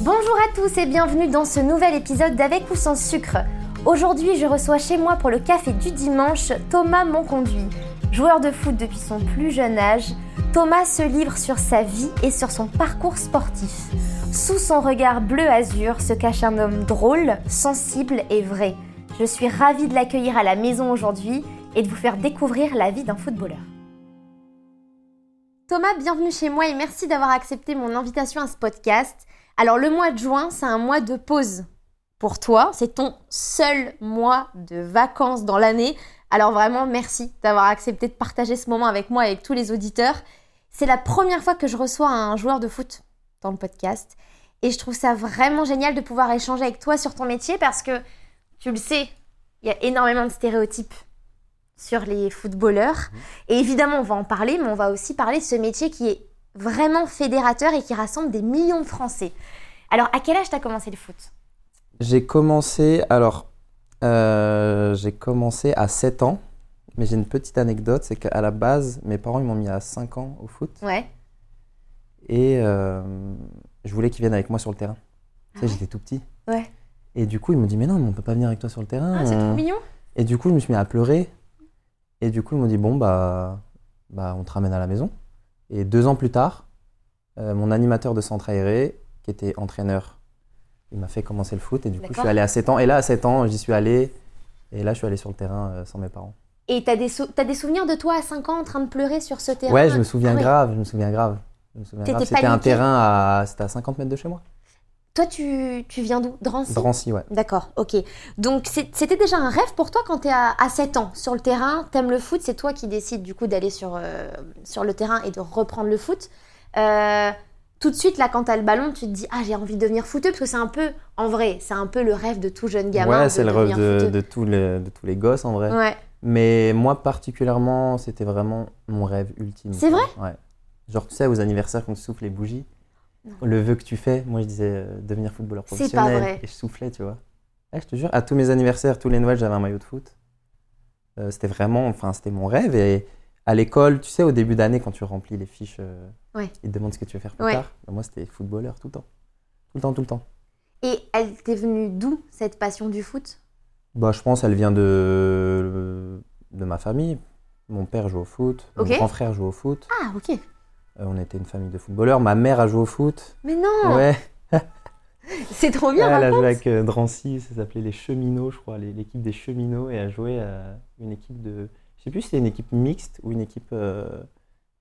Bonjour à tous et bienvenue dans ce nouvel épisode d'Avec ou sans sucre. Aujourd'hui, je reçois chez moi pour le café du dimanche Thomas Monconduit. Joueur de foot depuis son plus jeune âge, Thomas se livre sur sa vie et sur son parcours sportif. Sous son regard bleu azur se cache un homme drôle, sensible et vrai. Je suis ravie de l'accueillir à la maison aujourd'hui et de vous faire découvrir la vie d'un footballeur. Thomas, bienvenue chez moi et merci d'avoir accepté mon invitation à ce podcast. Alors le mois de juin, c'est un mois de pause pour toi. C'est ton seul mois de vacances dans l'année. Alors vraiment, merci d'avoir accepté de partager ce moment avec moi et avec tous les auditeurs. C'est la première fois que je reçois un joueur de foot dans le podcast. Et je trouve ça vraiment génial de pouvoir échanger avec toi sur ton métier parce que, tu le sais, il y a énormément de stéréotypes sur les footballeurs. Et évidemment, on va en parler, mais on va aussi parler de ce métier qui est vraiment fédérateur et qui rassemble des millions de Français. Alors, à quel âge t'as commencé le foot J'ai commencé, alors, euh, j'ai commencé à 7 ans, mais j'ai une petite anecdote, c'est qu'à la base, mes parents ils m'ont mis à 5 ans au foot Ouais. et euh, je voulais qu'ils viennent avec moi sur le terrain. Tu sais, j'étais tout petit. Ah Ouais. Et du coup, ils m'ont dit, mais non, mais on peut pas venir avec toi sur le terrain. euh, Ah, c'est on- trop mignon. Et du coup, je me suis mis à pleurer. Et du coup, ils m'ont dit, bon, bah, bah, on te ramène à la maison. Et deux ans plus tard, euh, mon animateur de centre aéré, qui était entraîneur, il m'a fait commencer le foot. Et du coup, je D'accord. suis allé à 7 ans. Et là, à 7 ans, j'y suis allé. Et là, je suis allé sur le terrain euh, sans mes parents. Et t'as des, sou- t'as des souvenirs de toi à 5 ans en train de pleurer sur ce terrain Ouais, je me souviens Ah ouais. grave, je me souviens grave. Je me souviens T'étais grave. C'était un paniqué. terrain à, c'était à 50 mètres de chez moi. Toi, tu, tu viens d'où De Drancy Drancy, ouais. D'accord, ok. Donc c'est- c'était déjà un rêve pour toi quand t'es à, à 7 ans sur le terrain, t'aimes le foot, c'est toi qui décides du coup d'aller sur, euh, sur le terrain et de reprendre le foot. Euh, tout de suite là quand t'as le ballon, tu te dis ah j'ai envie de devenir footeux parce que c'est un peu, en vrai, c'est un peu le rêve de tout jeune gamin. ouais, de c'est le rêve devenir de, footeux. de tous les, de tous les gosses en vrai. Ouais. Mais moi particulièrement, c'était vraiment mon rêve ultime. C'est quoi. Ouais. Genre, tu sais, aux anniversaires, quand tu souffles les bougies, le vœu que tu fais, moi je disais euh, devenir footballeur C'est pas professionnel. vrai. Et je soufflais, tu vois. Ouais, je te jure, à tous mes anniversaires, tous les Noëls, j'avais un maillot de foot. Euh, c'était vraiment, enfin, c'était mon rêve. Et à l'école, tu sais, au début d'année, quand tu remplis les fiches, euh, Ouais. ils te demandent ce que tu veux faire plus Ouais. tard. Ben, moi, c'était footballeur tout le temps. Tout le temps, tout le temps. Et elle t'est venue d'où cette passion du foot Bah, je pense elle vient de, de ma famille. Mon père joue au foot, Ok. mon grand frère joue au foot. Ah ok. Euh, on était une famille de footballeurs. Ma mère a joué au foot. Mais non, ouais, c'est trop bien. hein. elle a raconte. joué avec euh, Drancy, ça s'appelait les Cheminots, je crois, les- l'équipe des Cheminots, et a joué à une équipe de. Je sais plus si c'était une équipe mixte ou une équipe euh,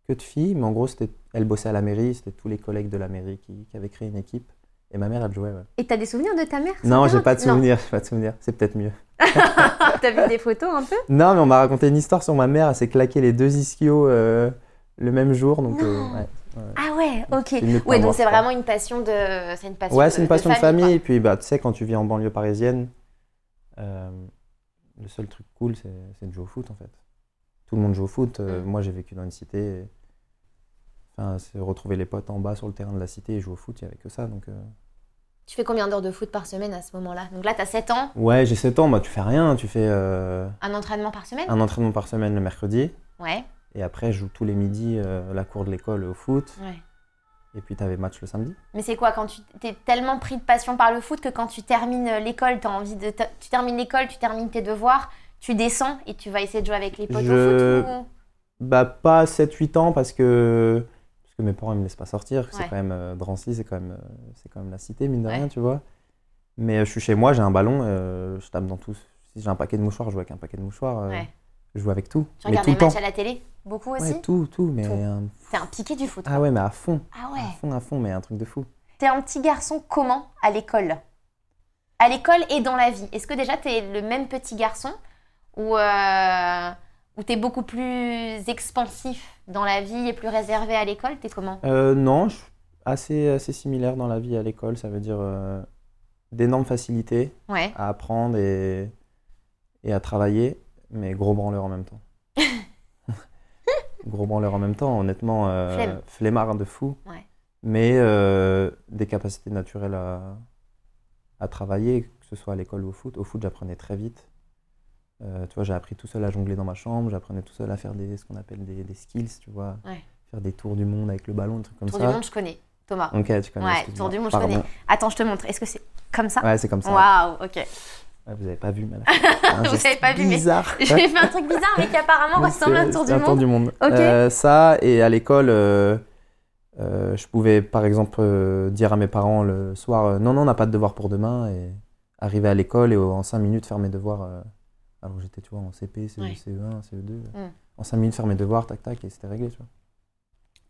que de filles, mais en gros, c'était elle bossait à la mairie, c'était tous les collègues de la mairie qui, qui avaient créé une équipe. Et ma mère, elle jouait, ouais. Et t'as des souvenirs de ta mère sur Non, le j'ai terrain pas de Non. Ah, souvenir, j'ai pas de souvenir, c'est peut-être mieux. T'as vu des photos un peu Non, mais on m'a raconté une histoire sur ma mère. Elle s'est claqué les deux ischios euh, le même jour. Donc, euh, Non. ouais. Ah ouais, ok. C'est mieux de pas Ouais, donc avoir c'est peur. vraiment une passion de. C'est une passion Ouais, de- c'est une passion de famille. quoi. Et puis, bah, tu sais, quand tu vis en banlieue parisienne, euh, le seul truc cool, c'est c'est de jouer au foot, en fait. Tout le monde joue au foot. Euh, Mm. Moi, j'ai vécu dans une cité. et- Enfin, c'est retrouver les potes en bas sur le terrain de la cité et jouer au foot, il n'y avait que ça. Donc, euh, Tu fais combien d'heures de foot par semaine à ce moment-là Donc là, t'as 7 ans, Ouais, j'ai 7 ans, bah, tu fais rien. Tu fais euh, un entraînement par semaine un entraînement par semaine le mercredi. Ouais. Et après, je joue tous les midis euh, la cour de l'école au foot. ouais. Et puis, tu avais match le samedi. Mais c'est quoi quand tu t'es tellement pris de passion par le foot que quand tu termines euh, l'école, t'as envie de t'as- tu termines l'école, tu termines tes devoirs, tu descends et tu vas essayer de jouer avec les potes Je- au foot ou- Bah, pas 7-8 ans parce que, parce que mes parents ne me laissent pas sortir. que C'est Ouais. quand même euh, Drancy, c'est quand, même, euh, c'est quand même la cité, mine de Ouais. rien, tu vois. Mais euh, je suis chez moi, j'ai un ballon, euh, je tape dans tout. Si j'ai un paquet de mouchoirs, je joue avec un paquet de mouchoirs. euh, Ouais. Je joue avec tout. Tu mais regardes tout les le temps. matchs à la télé Beaucoup aussi Ouais, tout, tout. Mais Tout. un- T'es un piqué du foot. Ah ouais, mais à fond. Ah À ouais. fond, à fond, mais un truc de fou. T'es un petit garçon comment à l'école À l'école et dans la vie. Est-ce que déjà t'es le même petit garçon ou euh, ou t'es beaucoup plus expansif dans la vie et plus réservé à l'école T'es comment Euh, non, je suis assez, assez similaire dans la vie à l'école. Ça veut dire euh, d'énormes facilités Ouais. à apprendre et, et à travailler, mais gros branleur en même temps. gros branleur en même temps, honnêtement, euh, Flemme. flemmard de fou, Ouais. mais euh, des capacités naturelles à, à travailler, que ce soit à l'école ou au foot. Au foot, j'apprenais très vite. Euh, tu vois, j'ai appris tout seul à jongler dans ma chambre, j'apprenais tout seul à faire des, ce qu'on appelle des, des skills, tu vois, Ouais. faire des tours du monde avec le ballon, des trucs comme Tour ça. Mm. du monde, je connais. Thomas. Ok, tu connais. Ouais, excuse-moi. Tour du monde, je Pardon. connais. Attends, je te montre. Est-ce que c'est comme ça Ouais, c'est comme ça. Waouh, ok. Ouais, vous n'avez pas vu, mais à la fin, un Vous geste avez pas vu, mais- bizarre. J'ai fait un truc bizarre, mais qui apparemment Donc, ressemble à Ah, un c'est- tour c'est du monde. Ok. Euh, ça, et à l'école, euh, euh, je pouvais par exemple euh, dire à mes parents le soir euh, Non, non, on n'a pas de devoir pour demain. Et arriver à l'école et euh, en 5 minutes faire mes devoirs. euh, alors j'étais, tu vois, en CP, CE, Ouais. CE1, CE2. euh, Mm. En 5 minutes faire mes devoirs, tac, tac, et c'était réglé, tu vois.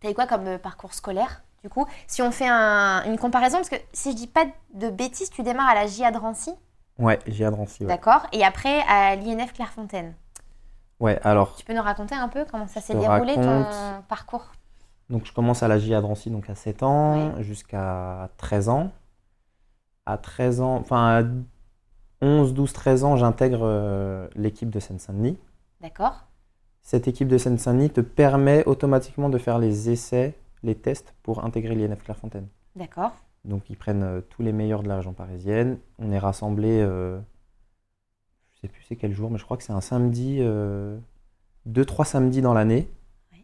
T'as eu quoi comme euh, parcours scolaire, du coup Si on fait un- une comparaison, parce que si je dis pas de bêtises, tu démarres à la JA de Rancy, Ouais, j'ai adranci. Ouais. d'accord Et après, à l'INF Clairefontaine. ouais, alors, Tu peux nous raconter un peu comment ça s'est te déroulé, ton raconte. parcours Donc je commence à la JA de Rancy, donc à 7 ans, jusqu'à 13 ans. À 13 ans, enfin à 11, 12, 13 ans, j'intègre euh, l'équipe de Seine-Saint-Denis. D'accord Cette équipe de Seine-Saint-Denis te permet automatiquement de faire les essais, les tests pour intégrer l'INF Clairefontaine. D'accord. Donc ils prennent euh, tous les meilleurs de la région parisienne. On est rassemblés, euh, je sais plus c'est quel jour, mais je crois que c'est un samedi, euh, deux, trois samedis dans l'année. Ouais.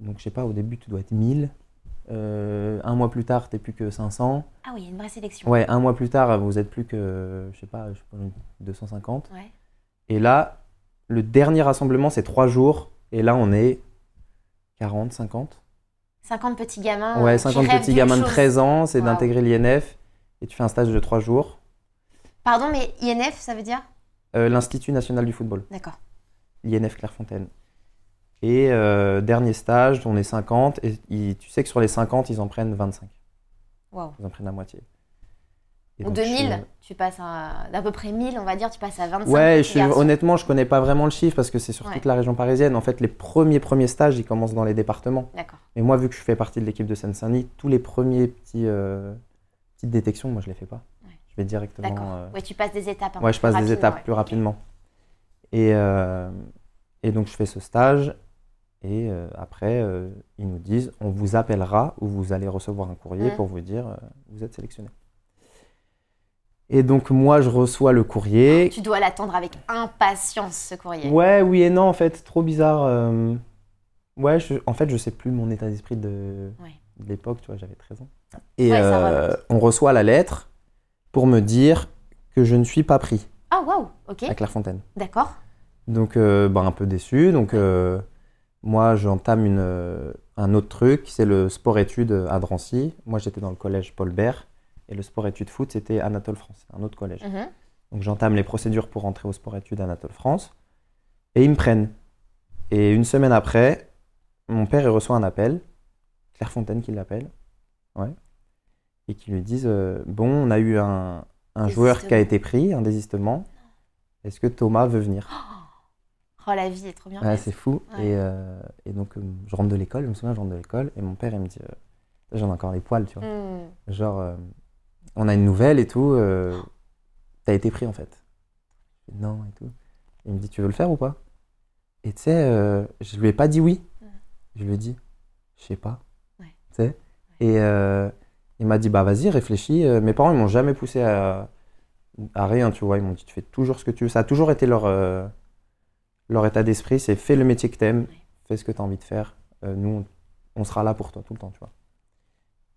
Donc je sais pas, au début tu dois être 1000. Euh, un mois plus tard, t'es plus que 500. Ah oui, il y a une vraie sélection. Ouais, un mois plus tard, vous êtes plus que, je sais pas, je sais pas, 250. Ouais. Et là, le dernier rassemblement, c'est trois jours. Et là, on est 40, 50. 50 petits gamins. euh, Ouais, qui 50 rêvent petits d'une gamins de chose. 13 ans, c'est Waouh. d'intégrer l'INF. Et tu fais un stage de trois jours. Pardon, mais INF, ça veut dire Euh, L'Institut national du football, D'accord. l'INF Clairefontaine. Et euh, dernier stage, on est 50. Et ils- tu sais que sur les 50, ils en prennent 25. Waouh. Ils en prennent la moitié. Et Ou donc, je suis- euh, 2000, tu passes à d'à peu près 1000, on va dire, tu passes à 25. Ouais, je petits suis- garçons. honnêtement, je connais pas vraiment le chiffre parce que c'est sur Ouais. toute la région parisienne. En fait, les premiers premiers stages, ils commencent dans les départements. D'accord. Mais moi, vu que je fais partie de l'équipe de Seine-Saint-Denis, tous les premiers petits euh, petites détections, moi, je les fais pas. Ouais. Je vais directement. D'accord. euh, Ouais, tu passes des étapes. un ouais, peu je passe plus des rapidement, étapes ouais. plus rapidement. Et euh, et donc je fais ce stage et euh, après euh, ils nous disent on vous appellera ou vous allez recevoir un courrier Mhm. pour vous dire euh, vous êtes sélectionné. Et donc moi, je reçois le courrier Tu dois l'attendre avec impatience, ce courrier. Ouais, oui et non, en fait, trop bizarre. euh, Ouais, je- en fait, je sais plus mon état d'esprit de, Ouais. de l'époque, tu vois, j'avais 13 ans. Et Ouais, ça euh, remonte. on reçoit la lettre pour me dire que je ne suis pas pris Ah, waouh, ok, à Clairefontaine. d'accord. Donc, euh, ben, un peu déçu. Donc, euh, moi, j'entame une, euh, un autre truc, c'est le sport-études à Drancy. Moi, j'étais dans le collège Paul Bert et le sport-études foot, c'était Anatole France, un autre collège. Mhm. Donc j'entame les procédures pour rentrer au sport études Anatole France. Et ils me prennent. Et une semaine après, mon père il reçoit un appel, Claire Fontaine qui l'appelle, ouais, et qui lui disent euh, Bon, on a eu un, un joueur qui a Désistement. été pris, un désistement. Est-ce que Thomas veut venir Oh, la vie est trop bien. Ouais, faite. c'est fou. Ouais. Et, euh, et donc euh, je rentre de l'école, je me souviens, je rentre de l'école, et mon père il me dit euh, J'en ai encore les poils, tu vois. Hmm. Genre, euh, on a une nouvelle et tout, euh, t'as été pris en fait. Je fais, Non et tout. Il me dit, tu veux le faire ou pas Et tu sais, euh, je lui ai pas dit oui. Ouais. Je lui ai dit, je sais pas. Ouais. Tu sais Et euh, il m'a dit, bah vas-y, réfléchis. Euh, Mes parents, ils m'ont jamais poussé à, à rien, tu vois. Ils m'ont dit, tu fais toujours ce que tu veux. Ça a toujours été leur, euh, leur état d'esprit, c'est fais le métier que t'aimes, Ouais. fais ce que t'as envie de faire. Euh, nous, on, on sera là pour toi tout le temps, tu vois.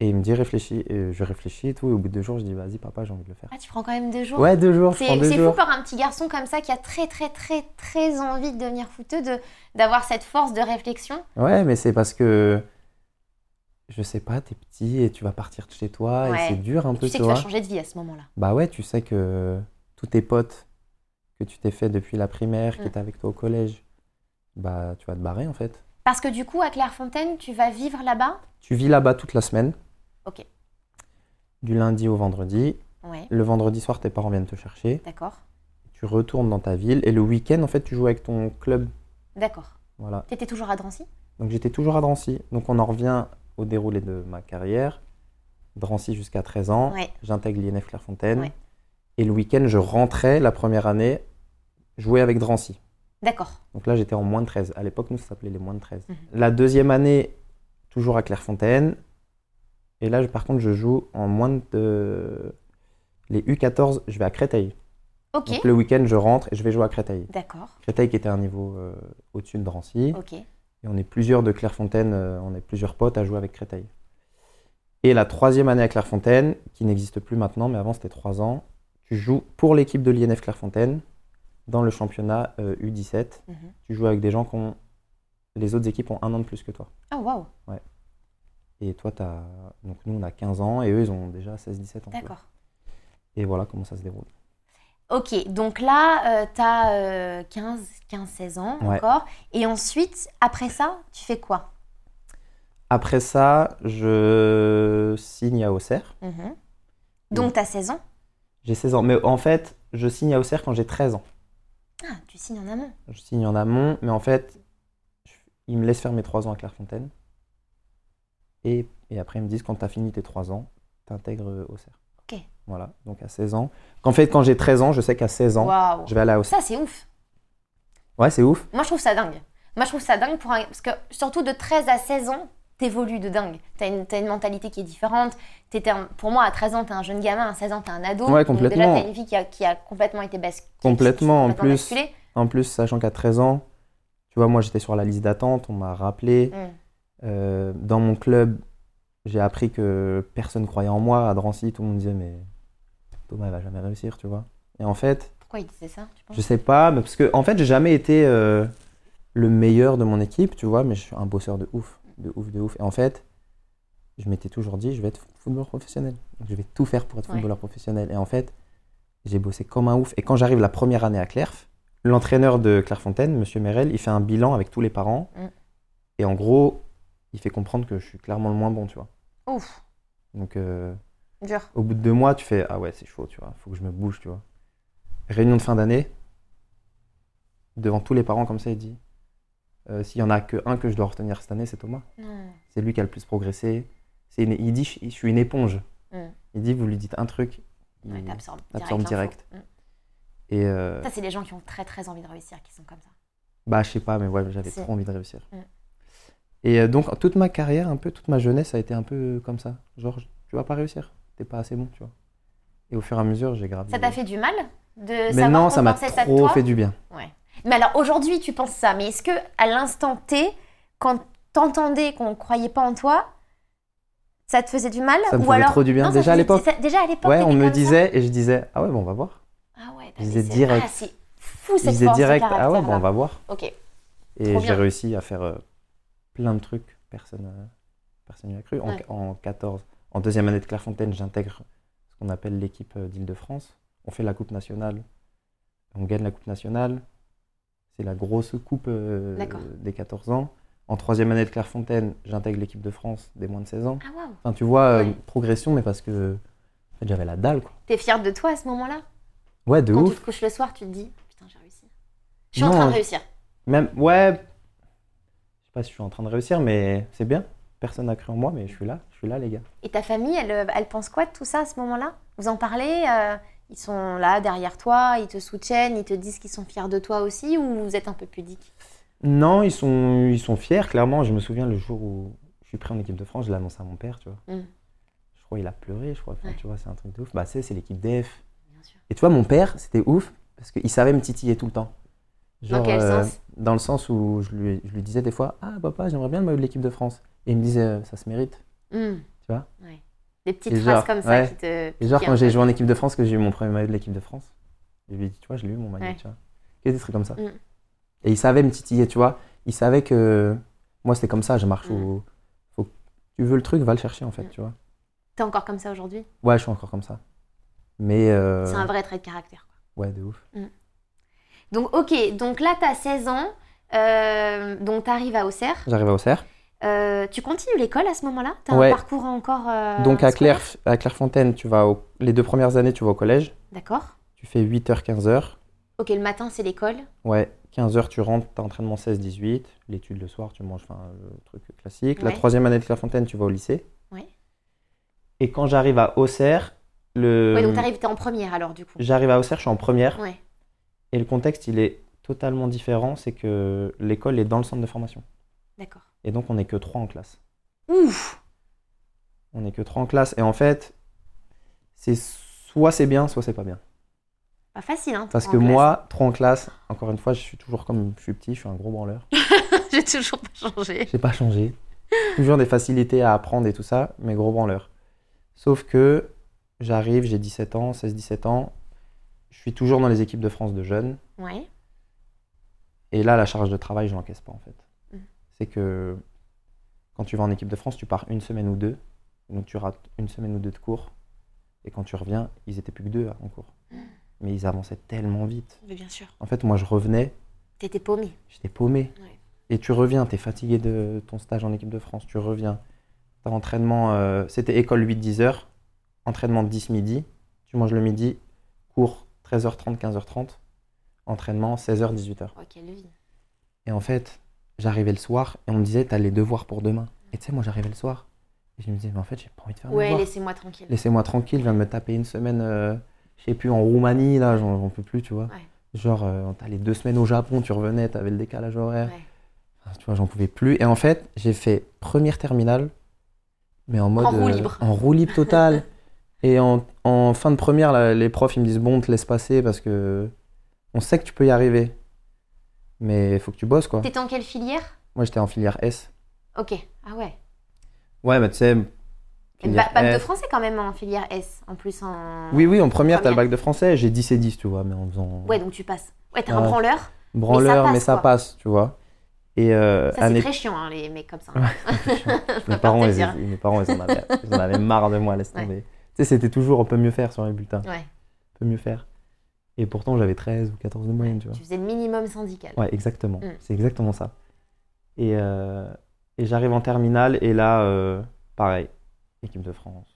Et il me dit, réfléchis. Et je réfléchis et tout. Et au bout de deux jours, je dis, vas-y, papa, j'ai envie de le faire. Ah, tu prends quand même deux jours. Ouais, deux jours, je C'est prends deux c'est fou jours. par un petit garçon comme ça qui a très, très, très, très envie de devenir footeux, de- d'avoir cette force de réflexion. Ouais, mais c'est parce que je sais pas, t'es petit et tu vas partir de chez toi Ouais. et c'est dur un Et peu, tu sais que tu tu vas vois. changer de vie à ce moment-là. Bah ouais, tu sais que tous tes potes que tu t'es fait depuis la primaire, qui Mm. étaient avec toi au collège, bah tu vas te barrer en fait. Parce que du coup, à Clairefontaine, tu vas vivre là-bas Tu vis là-bas toute la semaine. Ok. Du lundi au vendredi. Ouais, Le vendredi soir, tes parents viennent te chercher. d'accord. Tu retournes dans ta ville et le week-end, en fait, tu joues avec ton club. D'accord. Voilà. T'étais toujours à Drancy Donc j'étais toujours à Drancy. Donc on en revient au déroulé de ma carrière. Drancy jusqu'à 13 ans. Ouais. J'intègre l'INF Clairefontaine. Ouais. Et le week-end, je rentrais la première année jouer avec Drancy. D'accord. Donc là, j'étais en moins de 13. À l'époque, nous, ça s'appelait les moins de 13. Mhm. La deuxième année, toujours à Clairefontaine. Et là, je- par contre, je joue en moins de. Les U14, je vais à Créteil. Ok. Donc le week-end, je rentre et je vais jouer à Créteil. D'accord. Créteil qui était à un niveau euh, au-dessus de Drancy. Ok. Et on est plusieurs de Clairefontaine, euh, on est plusieurs potes à jouer avec Créteil. Et la troisième année à Clairefontaine, qui n'existe plus maintenant, mais avant c'était trois ans, tu joues pour l'équipe de l'INF Clairefontaine dans le championnat euh, U17. Mhm. Tu joues avec des gens qui ont. Les autres équipes ont un an de plus que toi. Ah, waouh, Et toi, t'as... Donc, nous, on a 15 ans et eux, ils ont déjà 16-17 ans. tu vois. d'accord. Et voilà comment ça se déroule. Ok, donc là, euh, tu as 15, 15, 16 ans Ouais. encore. Et ensuite, après ça, tu fais quoi Après ça, je signe à Auxerre. Mhm. Donc, tu as 16 ans. J'ai 16 ans. Mais en fait, je signe à Auxerre quand j'ai 13 ans. Ah, tu signes en amont. Je signe en amont, mais en fait, je- ils me laissent faire mes 3 ans à Clairefontaine. Et, et après, ils me disent quand tu as fini tes 3 ans, t'intègres euh, Auxerre. Ok. Voilà, donc à 16 ans. En fait, quand j'ai 13 ans, je sais qu'à 16 ans, Waouh. je vais aller à Auxerre. Ça, c'est ouf. Ouais, c'est ouf. Moi, je trouve ça dingue. Moi, je trouve ça dingue pour un... parce que surtout de 13 à 16 ans, t'évolues de dingue. T'as une, t'as une mentalité qui est différente. T'étais un- Pour moi, à 13 ans, t'es un jeune gamin. À 16 ans, t'es un ado. Ouais, Donc déjà, complètement. t'as une vie qui a, qui a complètement été basculée. Complètement, en plus. En plus, sachant qu'à 13 ans, tu vois, moi j'étais sur la liste d'attente, on m'a rappelé. Hmm. Euh, dans mon club, j'ai appris que personne croyait en moi. À Drancy, tout le monde disait, mais Thomas, il va jamais réussir, tu vois. Et en fait, Pourquoi il disait ça, tu penses je sais pas, mais parce que, en fait, j'ai jamais été euh, le meilleur de mon équipe, tu vois, mais je suis un bosseur de ouf, de ouf, de ouf. Et en fait, je m'étais toujours dit, je vais être footballeur professionnel. Donc, je vais tout faire pour être Ouais. footballeur professionnel. Et en fait, j'ai bossé comme un ouf. Et quand j'arrive la première année à Clerf, l'entraîneur de Clairefontaine, Monsieur Merel, il fait un bilan avec tous les parents. Mm. Et en gros, il fait comprendre que je suis clairement le moins bon, tu vois. Ouf, Donc, euh, dur. au bout de deux mois, tu fais Ah ouais, c'est chaud, tu vois, faut que je me bouge, tu vois. Réunion de fin d'année, devant tous les parents, comme ça, il dit Euh, S'il y en a que un que je dois retenir cette année, c'est Thomas. Non. C'est lui qui a le plus progressé. C'est une- Il dit Je je suis une éponge. Mm. Il dit Vous lui dites un truc. il- Ouais, t'absorbes direct. t'absorbes l'info. direct. Mm. Et euh, Ça, c'est les gens qui ont très très envie de réussir qui sont comme ça. bah, je sais pas, mais ouais, j'avais Si. trop envie de réussir. Mm. Et euh, donc, toute ma carrière, un peu, toute ma jeunesse, ça a été un peu comme ça. Genre, tu vas pas réussir. T'es pas assez bon, tu vois. Et au fur et à mesure, j'ai gravi. Ça t'a fait du mal de Mais savoir non, qu'on ça m'a pensait de toi trop fait du bien. Mais alors aujourd'hui, tu penses ça, mais est-ce que à l'instant T, quand t'entendais qu'on croyait pas en toi, ça te faisait du mal Ça me ou faisait alors trop du bien. Non, ça Déjà à faisait- l'époque, ça- Déjà à l'époque. ouais, t'étais on me comme ça disait et je disais ah ouais, bon, on va voir. Ah ouais. je disais c'est- direct. Ah, c'est fou Je cette disais force de direct ah ouais, caractère, bon, on là. va voir. Ok. Et Trop j'ai bien. réussi à faire euh, plein de trucs. Personne euh, personne n'y a cru. En, Ouais. en 14, en deuxième année de Clairefontaine, j'intègre ce qu'on appelle l'équipe euh, d'Île-de-France. On fait la Coupe nationale. On gagne la Coupe nationale. C'est la grosse coupe euh, D'accord. des 14 ans. En troisième année de Clairefontaine, j'intègre l'équipe de France des moins de 16 ans. Ah waouh. Enfin, tu vois, euh, Ouais. progression, mais parce que en fait, j'avais la dalle, quoi. T'es fière de toi à ce moment-là Ouais, de Quand ouf. tu te couches le soir, tu te dis putain j'ai réussi. Je suis en Non. train de réussir. Même, ouais, je sais pas si je suis en train de réussir, mais c'est bien. Personne n'a cru en moi, mais je suis là, je suis là, les gars. Et ta famille, elle, euh, elle pense quoi de tout ça à ce moment-là Vous en parlez euh, Ils sont là derrière toi, ils te soutiennent, ils te disent qu'ils sont fiers de toi aussi ou vous êtes un peu pudique Non, ils sont, ils sont fiers, clairement. Je me souviens le jour où je suis pris en équipe de France, je l'annonce à mon père, tu vois. Mm. Je crois qu'il a pleuré, je crois. Enfin, Ouais. Tu vois, c'est un truc de ouf. Bah, c'est, c'est l'équipe DF. Bien sûr. Et tu vois, mon père, c'était ouf, parce qu'il savait me titiller tout le temps. Dans quel euh, sens Dans le sens où je lui, je lui disais des fois Ah, papa, j'aimerais bien le maillot de l'équipe de France. Et il me disait euh, Ça se mérite. Hum. Tu vois Ouais. Des petites Et phrases genre, comme ça ouais. qui te. Et genre, piquent quand un j'ai peu. joué en équipe de France, que j'ai eu mon premier maillot de l'équipe de France, je lui ai dit, tu vois, je l'ai eu mon maillot, Ouais. tu vois. Et des trucs comme ça. Mm. Et il savait me titiller, tu vois. Il savait que moi, c'était comme ça, je marche au. faut- Tu veux le truc, va le chercher, en fait, Mm. tu vois. T'es encore comme ça aujourd'hui Ouais, je suis encore comme ça. Mais. euh, C'est un vrai trait de caractère. quoi. Ouais, de ouf. Donc, ok, donc là, t'as 16 ans, euh, donc t'arrives à Auxerre. J'arrive à Auxerre. Euh, tu continues l'école à ce moment-là T'as un Ouais. parcours encore. euh, Donc, à, scolaire Claire, à Clairefontaine, tu vas au- les deux premières années, tu vas au collège. D'accord. Tu fais 8h, 15h. Ok, le matin, c'est l'école. Ouais, 15h, tu rentres, t'as entraînement 16-18, l'étude le soir, tu manges, enfin, le truc classique. La Ouais. troisième année de Clairefontaine, tu vas au lycée. Ouais. Et quand j'arrive à Auxerre, le... Ouais, donc t'arrives, t'es en première alors, du coup. j'arrive à Auxerre, Euh. je suis en première, Ouais. et le contexte, il est totalement différent, c'est que l'école est dans le centre de formation. D'accord. Et donc, on n'est que trois en classe. Ouf On n'est que trois en classe, et en fait, c'est soit c'est bien, soit c'est pas bien. Pas facile, hein Parce en que classe. moi, trois en classe, encore une fois, je suis toujours comme je suis petit, je suis un gros branleur. J'ai toujours pas changé. J'ai pas changé. Toujours des facilités à apprendre et tout ça, mais gros branleur. Sauf que j'arrive, j'ai 17 ans, 16-17 ans, je suis toujours dans les équipes de France de jeunes. Ouais. Et là, la charge de travail, je l'encaisse pas en fait. Mhm. C'est que quand tu vas en équipe de France, tu pars une semaine ou deux. Donc tu rates une semaine ou deux de cours. Et quand tu reviens, ils étaient plus que deux hein, en cours. Mais ils avançaient tellement vite. Mais bien sûr. En fait, moi, je revenais, T'étais paumé. j'étais paumé. Ouais. Et tu reviens, tu es fatigué de ton stage en équipe de France, tu reviens. T'as entraînement, euh, c'était école 8-10 heures, entraînement 10 midi, tu manges le midi, cours 13h30, 15h30, entraînement 16h, 18h. Oh, quelle vie. Et en fait, j'arrivais le soir et on me disait, t'as les devoirs pour demain. Et tu sais, moi, j'arrivais le soir. Et je me disais, mais en fait, j'ai pas envie de faire mes Ouais, devoirs. laissez-moi tranquille. Laissez-moi tranquille, je viens de me taper une semaine, euh, je sais plus, en Roumanie, là, j'en j'en peux plus, tu vois. Ouais. Genre, euh, t'allais deux semaines au Japon, tu revenais, t'avais le décalage horaire. Ouais. Ah, Tu vois, j'en pouvais plus. Et en fait, j'ai fait première terminale, mais en mode. euh, En roue libre. En roue libre totale. et en, en fin de première, là, les profs, ils me disent Bon, on te laisse passer parce que on sait que tu peux y arriver. Mais faut que tu bosses, quoi. T'étais en quelle filière Moi, j'étais en filière S. Ok. Ah ouais. Ouais, mais tu sais. Une filière ba- bac de F. français quand même en filière S. En plus en. Oui, oui, en première, t'as le Première. bac de français. J'ai 10 et 10, tu vois, mais en faisant Ouais, donc tu passes. Ouais, t'es un Ouais. branleur. branleur, passe, mais ça quoi. passe, tu vois. Et euh, Ça, c'est année- très chiant, hein, les mecs comme ça. Ouais. Je mes, préfère parents, te ils, dire. ils- mes parents, ils en avaient, ils en avaient marre de moi, laisse Ouais. tomber. Tu sais, c'était toujours on peut mieux faire sur les bulletins. Ouais. peut mieux faire. Et pourtant, j'avais 13 ou 14 de moyenne, tu vois. Tu faisais le minimum syndical. Ouais, exactement. Mm. C'est exactement ça. Et, euh, et j'arrive en terminale, et là, euh, pareil, équipe de France.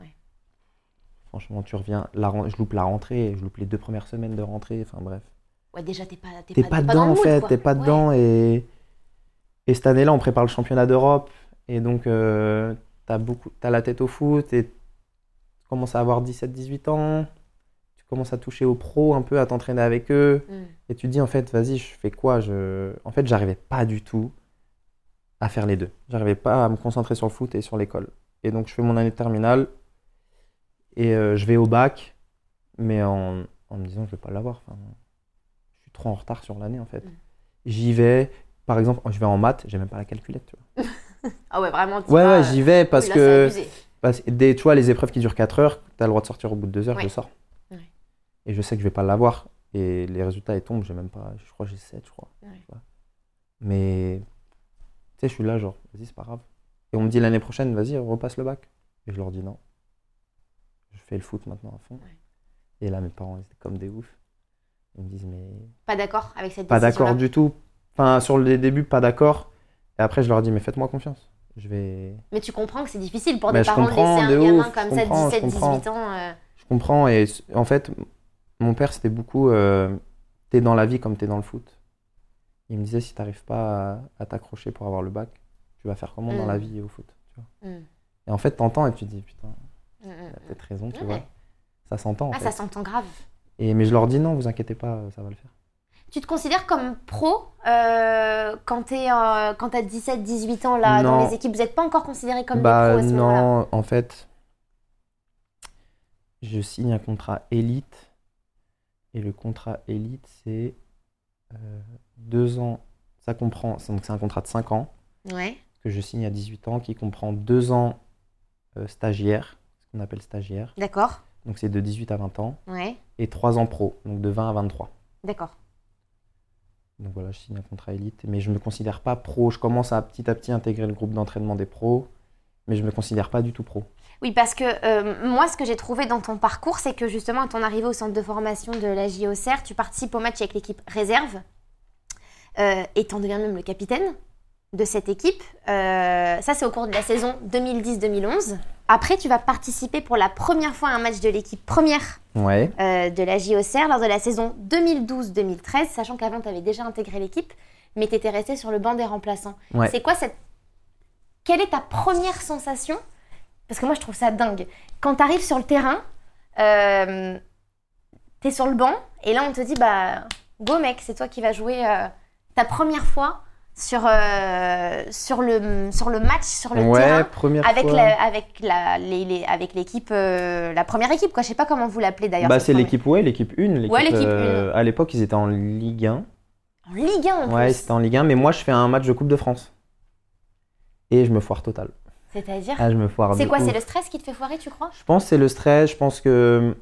Ouais. Franchement, tu reviens. La, ren- je loupe la rentrée, je loupe les deux premières semaines de rentrée, enfin bref. Ouais, déjà, t'es pas, T'es pas, dedans, en fait, t'es pas dedans. Et, et cette année-là, on prépare le championnat d'Europe. Et donc, euh, t'as beaucoup- t'as la tête au foot et tu commences à avoir 17-18 ans. Tu commences à toucher aux pros un peu, à t'entraîner avec eux. Mm. Et tu te dis, en fait, vas-y, je fais quoi je... En fait, j'arrivais pas du tout à faire les deux. J'arrivais pas à me concentrer sur le foot et sur l'école. Et donc, je fais mon année de terminale et euh, je vais au bac, mais en, en me disant, je vais pas l'avoir. Enfin, je suis trop en retard sur l'année, en fait. Mm. J'y vais, par exemple, je vais en maths, j'ai même pas la calculette. Tu vois. Ah ouais, vraiment. t'y Ouais, vas, ouais, j'y vais parce oui, là, que. c'est abusé. Parce que des, tu vois, les épreuves qui durent 4 heures, tu as le droit de sortir au bout de 2 heures, Ouais. je sors. Ouais. Et je sais que je vais pas l'avoir. Et les résultats, ils tombent. J'ai même pas. Je crois que j'ai 7, je crois. Ouais. Tu vois. Mais. Tu sais, je suis là, genre, vas-y, c'est pas grave. Et on me dit l'année prochaine, vas-y, repasse le bac. Et je leur dis non. Je fais le foot maintenant à fond. Et là, mes parents, ils étaient comme des oufs. Ils me disent, mais Pas d'accord avec cette pas décision-là. d'accord du tout. Enfin, sur les débuts, pas d'accord. Et après, je leur dis, mais faites-moi confiance. Je vais. Mais tu comprends que c'est difficile pour Bah, des je parents de laisser comprends, un de gamin ouf, comme je ça, comprends, je 17, 18 ans. euh, Je comprends. Et s- en fait, m- mon père, c'était beaucoup euh, t'es dans la vie comme t'es dans le foot. Il me disait si t'arrives pas à, à t'accrocher pour avoir le bac, tu vas faire comment dans Mm. la vie et au foot tu vois. Mm. Et en fait, t'entends et tu te dis putain, Mm, mm, il a mm. peut-être raison, tu Ouais. vois. Ça s'entend en Ah, fait. ça s'entend grave. Et, mais je leur dis non, vous inquiétez pas, euh, ça va le faire. Tu te considères comme pro euh, quand t'es, euh, quand t'as 17, 18 ans là, dans Non. les équipes Vous n'êtes pas encore considéré comme des bah pros à ce moment-là non, en fait, je signe un contrat élite. Et le contrat élite, c'est euh, deux ans. Ça comprend, donc c'est un contrat de cinq ans. Ouais. que je signe à 18 ans, qui comprend deux ans euh, stagiaire, ce qu'on appelle stagiaire, D'accord. donc c'est de 18 à 20 ans, Ouais. et trois ans pro, donc de 20 à 23. D'accord. Donc voilà, je signe un contrat élite, mais je ne me considère pas pro. Je commence à petit à petit intégrer le groupe d'entraînement des pros, mais je ne me considère pas du tout pro. Oui, parce que euh, moi, ce que j'ai trouvé dans ton parcours, c'est que justement, à ton arrivée au centre de formation de la JOCR, tu participes au match avec l'équipe réserve euh, et t'en deviens même le capitaine de cette équipe. Euh, ça, c'est au cours de la saison 2010-2011. Après, tu vas participer pour la première fois à un match de l'équipe première Ouais, euh, de la JOCR lors de la saison 2012-2013, sachant qu'avant, tu avais déjà intégré l'équipe, mais tu étais resté sur le banc des remplaçants. Ouais. C'est quoi cette. Quelle est ta première sensation Parce que moi, je trouve ça dingue. Quand tu arrives sur le terrain, euh, tu es sur le banc, et là, on te dit bah, go, mec, c'est toi qui vas jouer euh, ta première fois sur, euh, sur, le, sur le match, sur le terrain ouais première avec fois. la, avec la, les, les- avec l'équipe, euh, la première équipe quoi. Je sais pas comment vous l'appelez d'ailleurs. Bah cette c'est première- l'équipe ouais, l'équipe 1. l'équipe, Ouais, l'équipe euh, à l'époque, ils étaient en Ligue 1. En Ligue 1 en Ouais, plus. c'était en Ligue 1, mais moi, je fais un match de Coupe de France. Et je me foire total. C'est C'est-à-dire Ah, je me foire. C'est de quoi ouf. C'est le stress qui te fait foirer, tu crois Je pense que c'est le stress. Je pense que hum,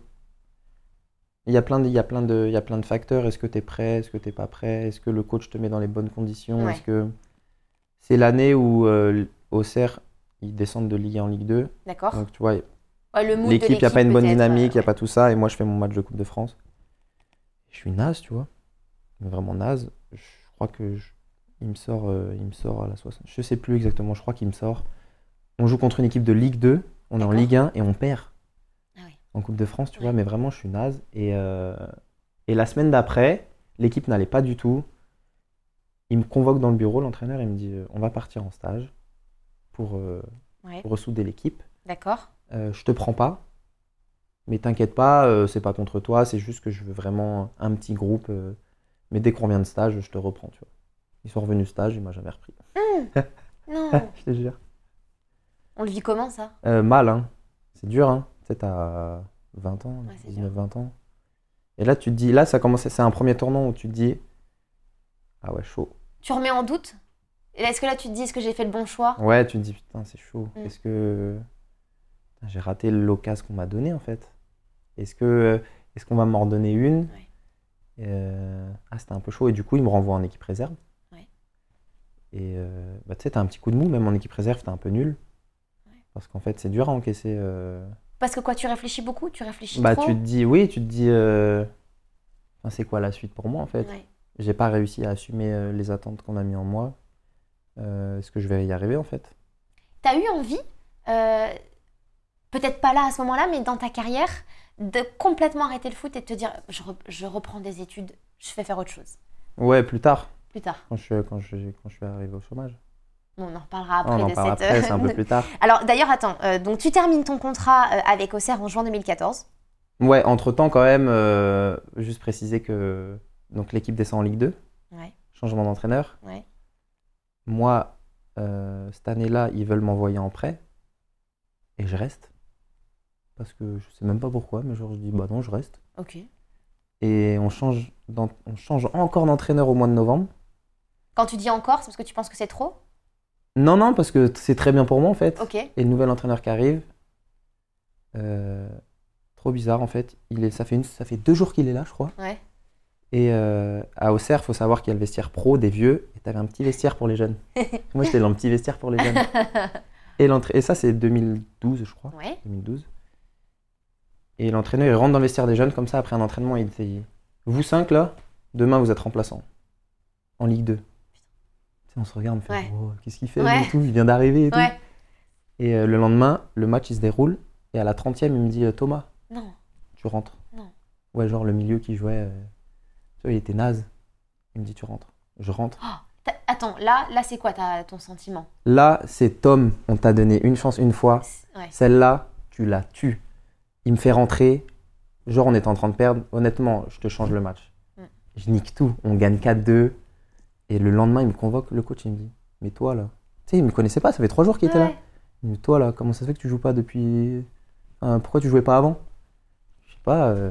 il y a plein de, il y a plein de, il y a plein de facteurs. Est-ce que tu es prêt Est-ce que tu pas prêt Est-ce que le coach te met dans les bonnes conditions Ouais. Est-ce que c'est l'année où euh, Auxerre ils descendent de Ligue 1 en Ligue 2 D'accord. Donc tu vois, Ouais, Oh. le mood de l'équipe, il n'y a pas une bonne peut-être, dynamique, il euh, n'y a pas tout ça. Et moi, je fais mon match de Coupe de France. Je suis naze, tu vois. Mais Vraiment naze. Je crois que je- il, me sort, euh, il me sort à la 60. Je sais plus exactement, je crois qu'il me sort. On joue contre une équipe de Ligue 2, on est en D'accord. Ligue 1 et on perd. Ah ouais. En Coupe de France, tu Ouais. vois, mais vraiment, je suis naze. Et, euh, et la semaine d'après, l'équipe n'allait pas du tout. Il me convoque dans le bureau, l'entraîneur, il me dit euh, On va partir en stage pour, euh, Ouais. pour ressouder l'équipe. D'accord. Euh, je te prends pas. Mais t'inquiète pas, euh, c'est pas contre toi, c'est juste que je veux vraiment un petit groupe. euh, mais dès qu'on revient de stage, je te reprends, tu vois. Ils sont revenus de stage, il m'a jamais repris. Mmh. Non. je te jure. On le vit comment ça Euh, mal, hein. C'est dur, hein. Tu sais, t'as 20 ans, Ouais, c'est 19, 20 ans. Et là, tu te dis, là, ça commence, c'est un premier tournant où tu te dis, ah ouais, chaud. Tu remets en doute Et Est-ce que là tu te dis est-ce que j'ai fait le bon choix Ouais, tu te dis, putain, c'est chaud. Mm. Est-ce que putain, j'ai raté l'occasion qu'on m'a donnée, en fait Est-ce que est-ce qu'on va m'en redonner une Ouais. Euh, Ah, c'était un peu chaud. Et du coup, il me renvoie en équipe réserve. Ouais. Et euh, bah, tu sais, t'as un petit coup de mou, même en équipe réserve, t'es un peu nul. Ouais. Parce qu'en fait, c'est dur à encaisser. euh, Parce que quoi, tu réfléchis beaucoup Tu réfléchis Bah, trop tu te dis, oui, tu te dis, euh, enfin, c'est quoi la suite pour moi en fait Ouais. J'ai pas réussi à assumer euh, les attentes qu'on a mis en moi. Euh, Est-ce que je vais y arriver en fait T'as eu envie, euh, peut-être pas là à ce moment-là, mais dans ta carrière, de complètement arrêter le foot et de te dire je, re- je reprends des études, je vais faire autre chose Ouais, plus tard, plus tard. quand je, quand je, quand je vais arriver au chômage. Bon, on en reparlera Ah, après on en de parle cette. après, c'est un de- peu plus tard. Alors d'ailleurs, attends, euh, donc tu termines ton contrat euh, avec Auxerre en juin 2014. Ouais, entre temps, quand même, euh, juste préciser que donc l'équipe descend en Ligue 2, Ouais. changement d'entraîneur. Ouais. Moi, euh, cette année-là, ils veulent m'envoyer en prêt et je reste. Parce que je sais même pas pourquoi, mais genre je dis bah non, je reste. Ok. et on change, d'en- on change encore d'entraîneur au mois de novembre. Quand tu dis encore, c'est parce que tu penses que c'est trop Non, non, parce que t- c'est très bien pour moi en fait. Ok. Et le nouvel entraîneur qui arrive, euh, trop bizarre en fait. Il est, ça, fait une- ça fait deux jours qu'il est là, je crois. Ouais. Et euh, à Auxerre, faut savoir qu'il y a le vestiaire pro des vieux et t'avais un petit vestiaire pour les jeunes. moi, j'étais dans le petit vestiaire pour les jeunes. Et, l'entra- et ça, c'est 2012, je crois. Ouais. 2012. Et l'entraîneur, il rentre dans le vestiaire des jeunes comme ça après un entraînement. Il dit Vous cinq là, demain vous êtes remplaçants. En Ligue 2. Tu sais, on se regarde, on fait Ouais. Oh, Qu'est-ce qu'il fait Ouais. et tout Il vient d'arriver et tout. Ouais. Et euh, le lendemain, le match il se déroule. Et à la 30 e il me dit euh, Thomas, Non. tu rentres. Non. Ouais, genre le milieu qui jouait. euh, tu vois, il était naze. Il me dit Tu rentres. Je rentre. T'as- Attends, là, là c'est quoi ta- ton sentiment Là, c'est Tom. On t'a donné une chance une fois. C'est- Ouais. Celle-là, tu la tues. Il me fait rentrer. Genre, on est en train de perdre. Honnêtement, je te change le match. Mm. Je nique tout. On gagne 4-2. Et le lendemain, il me convoque. Le coach, il me dit Mais toi, là. Tu sais, il me connaissait pas. Ça fait trois jours qu'il était là. Ouais. Il me dit Toi, là, comment ça se fait que tu joues pas depuis. Hein, pourquoi tu jouais pas avant Je sais pas. euh,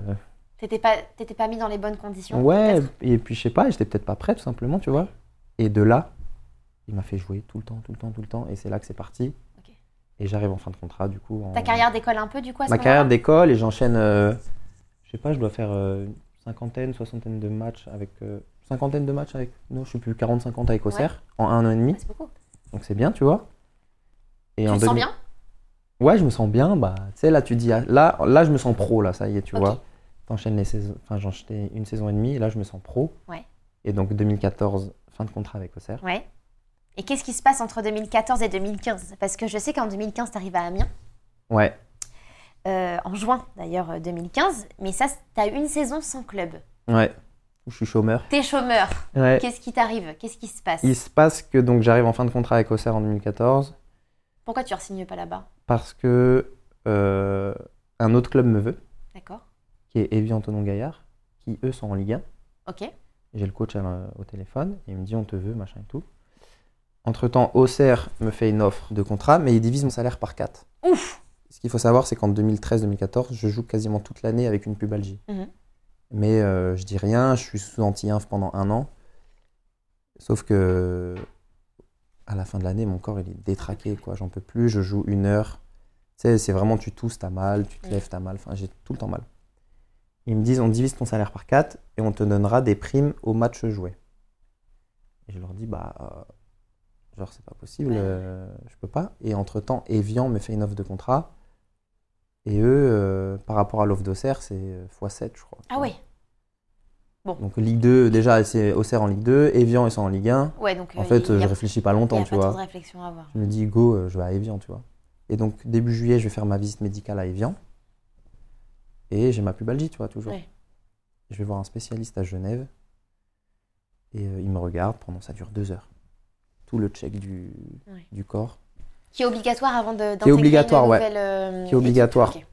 T'étais pas, t'étais pas mis dans les bonnes conditions Ouais. peut-être Et puis, je sais pas. J'étais peut-être pas prêt, tout simplement, tu vois. Et de là, il m'a fait jouer tout le temps, tout le temps, tout le temps. Et c'est là que c'est parti. Ok. Et j'arrive en fin de contrat, du coup. En... Ta carrière décolle un peu du coup à ce ma moment-là carrière d'école et j'enchaîne, euh, je sais pas, je dois faire euh, une cinquantaine, soixantaine de matchs avec. euh, cinquantaine de matchs avec. Non, je suis plus 40-50 avec Auxerre en un an et demi. Ah, C'est beaucoup. Donc c'est bien, tu vois. Et Tu en te sens 2000 bien Ouais, je me sens bien. Bah, tu sais, là, tu dis. ah, Là, là, je me sens pro, là, ça y est, tu Ok. vois. T'enchaînes les saisons. Enfin, j'enchaînais une saison et demie et là, je me sens pro. Ouais. Et donc 2014, fin de contrat avec Auxerre. Ouais. Et qu'est-ce qui se passe entre 2014 et 2015 Parce que je sais qu'en 2015, tu arrives à Amiens, Ouais. euh, en juin d'ailleurs euh, 2015, mais ça, c- t'as une saison sans club. Ouais. Je suis chômeur. T'es chômeur. Ouais. Qu'est-ce qui t'arrive Qu'est-ce qui se passe Euh. Il se passe que donc j'arrive en fin de contrat avec Auxerre en 2014. Pourquoi tu ne signes pas là-bas parce que euh, un autre club me veut, D'accord. qui est Evian Antonon Gaillard, qui eux sont en Ligue 1. Ok. J'ai le coach à la- au téléphone, et il me dit on te veut, machin et tout. Entre temps, Auxerre me fait une offre de contrat, mais il divise mon salaire par 4. Ouf Ce qu'il faut savoir, c'est qu'en 2013-2014, je joue quasiment toute l'année avec une pubalgie. Mhm. Mais euh, je dis rien, je suis sous anti-inf pendant un an. Sauf que à la fin de l'année, mon corps, il est détraqué, quoi. J'en peux plus, je joue une heure. Tu sais, c'est vraiment, tu tousses, t'as mal, tu te Ouais. lèves, t'as mal. Enfin, j'ai tout le temps mal. Ils me disent, on divise ton salaire par 4 et on te donnera des primes au match joué. Et je leur dis, bah, euh, genre, c'est pas possible, Ouais. euh, je peux pas. Et entre-temps, Evian me fait une offre de contrat. Et eux, euh, par rapport à l'offre d'Auxerre, c'est euh, x7, je crois. Ah ouais. Donc, Ligue 2, déjà, c'est Auxerre en Ligue 2, Evian, ils sont en Ligue 1. Ouais, donc. En euh, fait, il y je a- réfléchis pas il y longtemps, a tu pas vois. trop de réflexion à avoir. Je me dis, go, euh, je vais à Evian, tu vois. Et donc, début juillet, je vais faire ma visite médicale à Evian. Et j'ai ma pubalgie, tu vois, toujours. Ouais. Je vais voir un spécialiste à Genève. Et euh, il me regarde pendant, ça dure deux heures. Tout le check du, Ouais. du corps. Qui est obligatoire avant de. d'intégrer Qui est obligatoire, une ouais. nouvelle, euh, Qui est obligatoire. équipe. Ok.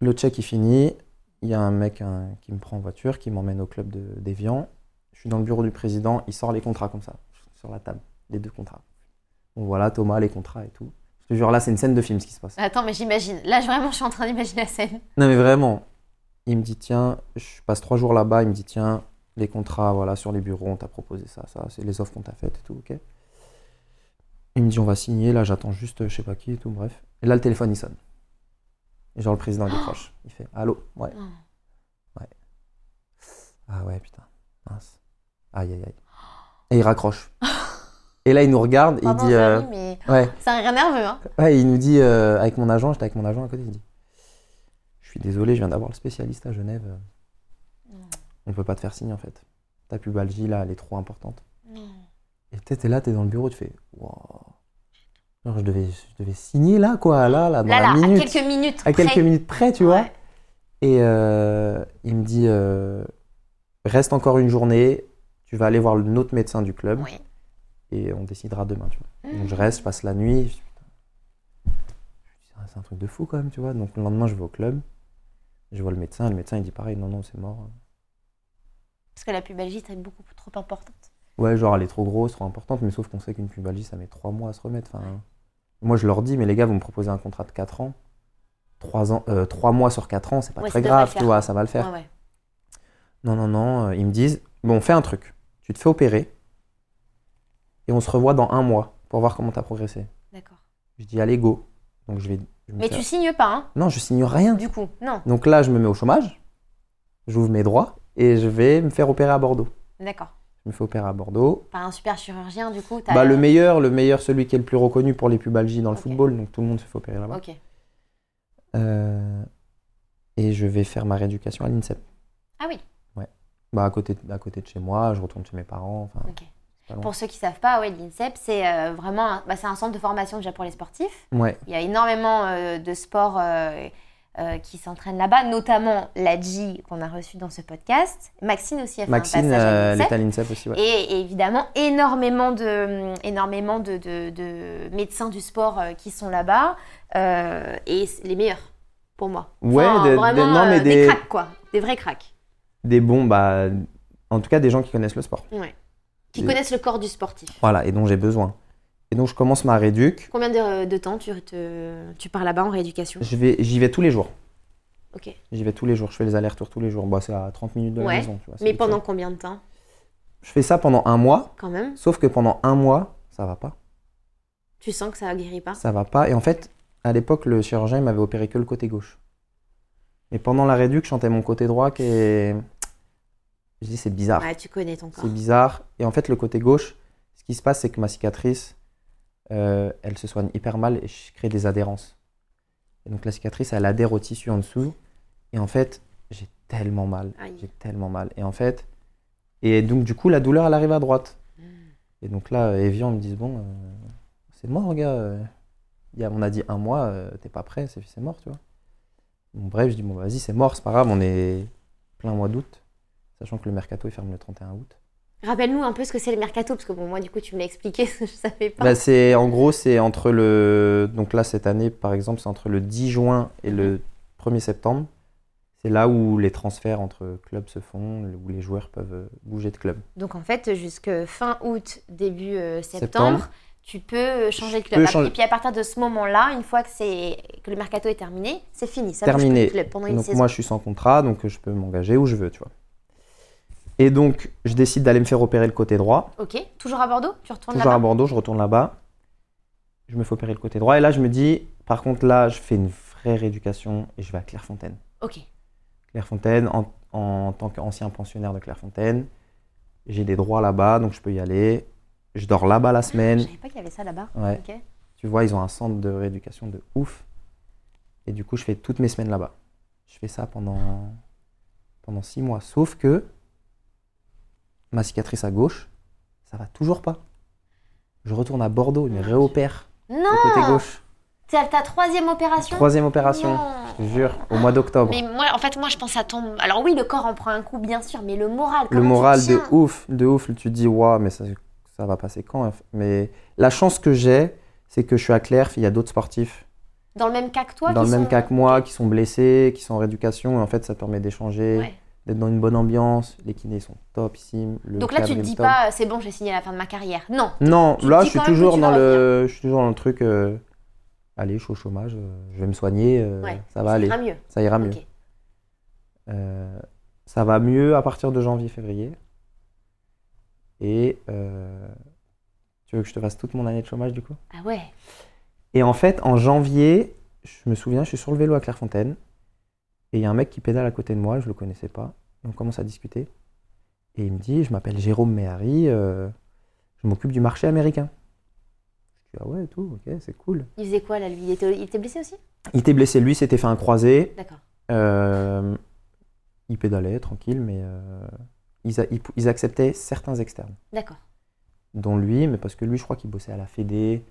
Le check est fini. Il y a un mec hein, qui me prend en voiture, qui m'emmène au club de- d'Evian. Je suis dans le bureau du président, il sort les contrats comme ça, sur la table, les deux contrats. Bon voilà, Thomas, les contrats et tout. Je te jure, là, c'est une scène de film ce qui se passe. Attends, mais j'imagine. Là, je- vraiment, je suis en train d'imaginer la scène. Non mais vraiment, il me dit tiens, je passe trois jours là-bas, il me dit tiens, les contrats, voilà, sur les bureaux, on t'a proposé ça, ça, c'est les offres qu'on t'a faites et tout, ok. Il me dit on va signer, là j'attends juste euh, je sais pas qui et tout, bref. Et là le téléphone il sonne. Et genre le président il décroche, il fait allô, ouais, Non. ouais. Ah ouais putain, mince. Aïe aïe aïe. Et il raccroche. Et là il nous regarde, et il Pardon, dit euh, Jérémy, mais ouais. c'est un rire nerveux, hein. Ouais, il nous dit, euh, avec mon agent, j'étais avec mon agent à côté, il dit Je suis désolé, je viens d'avoir le spécialiste à Genève. euh, Non. On peut pas te faire signe en fait. Ta pubalgie là, elle est trop importante. Non. Et peut-être t'es là, t'es dans le bureau, tu fais Wow. Genre, je devais, je devais signer là, quoi, là, là, dans Là, la là, minute. à quelques minutes. À quelques près. minutes près, tu vois. Ouais. Et euh, il me dit euh, Reste encore une journée, tu vas aller voir le- notre médecin du club Oui. et on décidera demain, tu vois. Donc je reste, je passe la nuit. Je- putain. Je me dis, Ah, C'est un truc de fou quand même, tu vois. Donc le lendemain, je vais au club. Je vois le médecin. Le médecin, il dit pareil, non, non, c'est mort. Parce que la pubalgie, c'est beaucoup trop importante. Ouais, genre, elle est trop grosse, trop importante. Mais sauf qu'on sait qu'une pubalgie, ça met trois mois à se remettre. Enfin, Moi, je leur dis, mais les gars, vous me proposez un contrat de 4 ans. 3, ans, euh, trois mois sur 4 ans, c'est pas Ouais, très ça devrait le grave, tu faire. vois, ça va le faire. Ouais, ouais. Non, non, non. euh, Ils me disent, bon, fais un truc. Tu te fais opérer. Et on se revoit dans un mois pour voir comment t'as progressé. D'accord. Je dis, allez, go. Donc je vais. je vais me Mais faire- tu signes pas, hein. Non, je signe rien. Du coup, non. Donc là, je me mets au chômage, j'ouvre mes droits et je vais me faire opérer à Bordeaux. D'accord. Je me fais opérer à Bordeaux. Pas un super chirurgien, du coup. t'as- Bah, le meilleur, le meilleur, celui qui est le plus reconnu pour les pubalgies dans le Ok. football, donc tout le monde se fait opérer là-bas. Ok. Euh, et je vais faire ma rééducation à l'INSEP. Ah oui. Bah, à côté, de- à côté de chez moi, je retourne chez mes parents. enfin, Ok. pas loin. Pour ceux qui savent pas, ouais, l'INSEP, c'est euh, vraiment un, bah, c'est un centre de formation déjà pour les sportifs. Ouais, Il y a énormément euh, de sports euh, euh, qui s'entraînent là-bas, notamment la G qu'on a reçue dans ce podcast. Maxine aussi a fait un Maxine, passage euh, à elle l'INSEP. est à l'INSEP aussi. ouais. Et, et évidemment, énormément de, énormément de, de- de médecins du sport euh, qui sont là-bas. euh, et c'est les meilleurs, pour moi. Ouais, Enfin, des- des- vraiment, non, euh, mais des... des- cracks, quoi. Des vrais cracks. Des bons, bah, en tout cas, des gens qui connaissent le sport. Ouais. Qui Des- connaissent le corps du sportif. Voilà, et dont j'ai besoin. Et donc, je commence ma rééduc. Combien de, de temps tu, te, tu pars là-bas en rééducation Je vais- J'y vais tous les jours. Ok. J'y vais tous les jours, je fais les allers-retours tous les jours. Bah, c'est à 30 minutes de la Ouais, maison. Tu vois, c'est Mais vite pendant fait. combien de temps Je fais ça pendant un mois, Quand même sauf que pendant un mois, ça va pas. Tu sens que ça guérit pas Ça va pas. Et en fait, à l'époque, le chirurgien, il m'avait opéré que le côté gauche. Mais pendant la réduction, je chantais mon côté droit qui est. Je dis, c'est bizarre. Ouais, tu connais ton corps. c'est bizarre. Et en fait, le côté gauche, ce qui se passe, c'est que ma cicatrice, euh, elle se soigne hyper mal et je crée des adhérences. Et donc, la cicatrice, elle adhère au tissu en dessous. Et en fait, j'ai tellement mal. Aïe. J'ai tellement mal. Et en fait, et donc du coup, la douleur, elle arrive à droite. Mm. Et donc là, euh, Evian me dit bon, euh, c'est mort, gars. euh, il y a- on a dit un mois, euh, t'es pas prêt, c'est c'est mort, tu vois. Bon, bref, je dis bon, vas-y, c'est mort, c'est pas grave, on est plein mois d'août, sachant que le mercato il ferme le 31 août. Rappelle-nous un peu ce que c'est le mercato, parce que bon, moi, du coup, tu me l'as expliqué, je savais pas. Bah, c'est en gros, c'est entre le donc là cette année, par exemple, c'est entre le 10 juin et le 1er septembre. C'est là où les transferts entre clubs se font, où les joueurs peuvent euh, bouger de club. Donc en fait, jusque fin août, début euh, septembre, Septembre. tu peux euh, changer de Je club. peux Après- changer- Et puis à partir de ce moment-là, une fois que, c'est... que le mercato est terminé, c'est fini. Ça bouge plus Terminé. de club pendant une Donc saison. moi je suis sans contrat, donc euh, je peux m'engager où je veux, tu vois. Et donc, je décide d'aller me faire opérer le côté droit. Ok. Toujours à Bordeaux Tu retournes Toujours à là-bas Bordeaux, je retourne là-bas. Je me fais opérer le côté droit. Et là, je me dis, par contre, là, je fais une vraie rééducation et je vais à Clairefontaine. Ok. Clairefontaine, en, en tant qu'ancien pensionnaire de Clairefontaine, j'ai des droits là-bas, donc je peux y aller. Je dors là-bas la Je semaine. savais pas qu'il y avait ça là-bas. Ouais. Ok. Tu vois, ils ont un centre de rééducation de ouf. Et du coup, je fais toutes mes semaines là-bas. Je fais ça pendant, pendant six mois. Sauf que ma cicatrice à gauche, ça va toujours pas. Je retourne à Bordeaux, une réopère Non au côté gauche. C'est à ta troisième opération Troisième opération, Non. je te jure, au mois d'octobre. Mais moi, en fait, moi, je pense à ton. Alors oui, le corps en prend un coup, bien sûr, mais le moral. Le comment tu moral de tiens ouf, de ouf. Tu te dis, waouh, mais ça, ça va passer quand hein. Mais la chance que j'ai, c'est que je suis à Clerf, il y a d'autres sportifs Dans le même cas que toi. dans qui le même sont- cas que moi, qui sont blessés, qui sont en rééducation. Et en fait, ça permet d'échanger, Ouais. d'être dans une bonne ambiance. Les kinés sont topissimes. Le Donc là, cadre tu te est dis top. pas, euh, c'est bon, j'ai signé à la fin de ma carrière. Non. Non, tu te là, dis je suis, quand même que toujours tu dans vas le, je suis toujours dans le truc. euh, allez, je suis au chômage, euh, je vais me soigner, euh, Ouais, ça va aller, ira mieux. ça ira mieux. Ok. Euh, ça va mieux à partir de janvier-février. Et euh, tu veux que je te fasse toute mon année de chômage du coup Ah ouais. Et en fait, en janvier, je me souviens, je suis sur le vélo à Clairefontaine. Et il y a un mec qui pédale à côté de moi, je le connaissais pas. Et on commence à discuter. Et il me dit Je m'appelle Jérôme Méhari, euh, je m'occupe du marché américain. Je dis Ah ouais, et tout, ok, c'est cool. Il faisait quoi là, lui il était... il était blessé aussi Il était blessé, lui, s'était fait un croisé. D'accord. Euh, il pédalait tranquille, mais euh, ils, a- ils pou- ils acceptaient certains externes, D'accord. dont lui, mais parce que lui, je crois qu'il bossait à la Fédé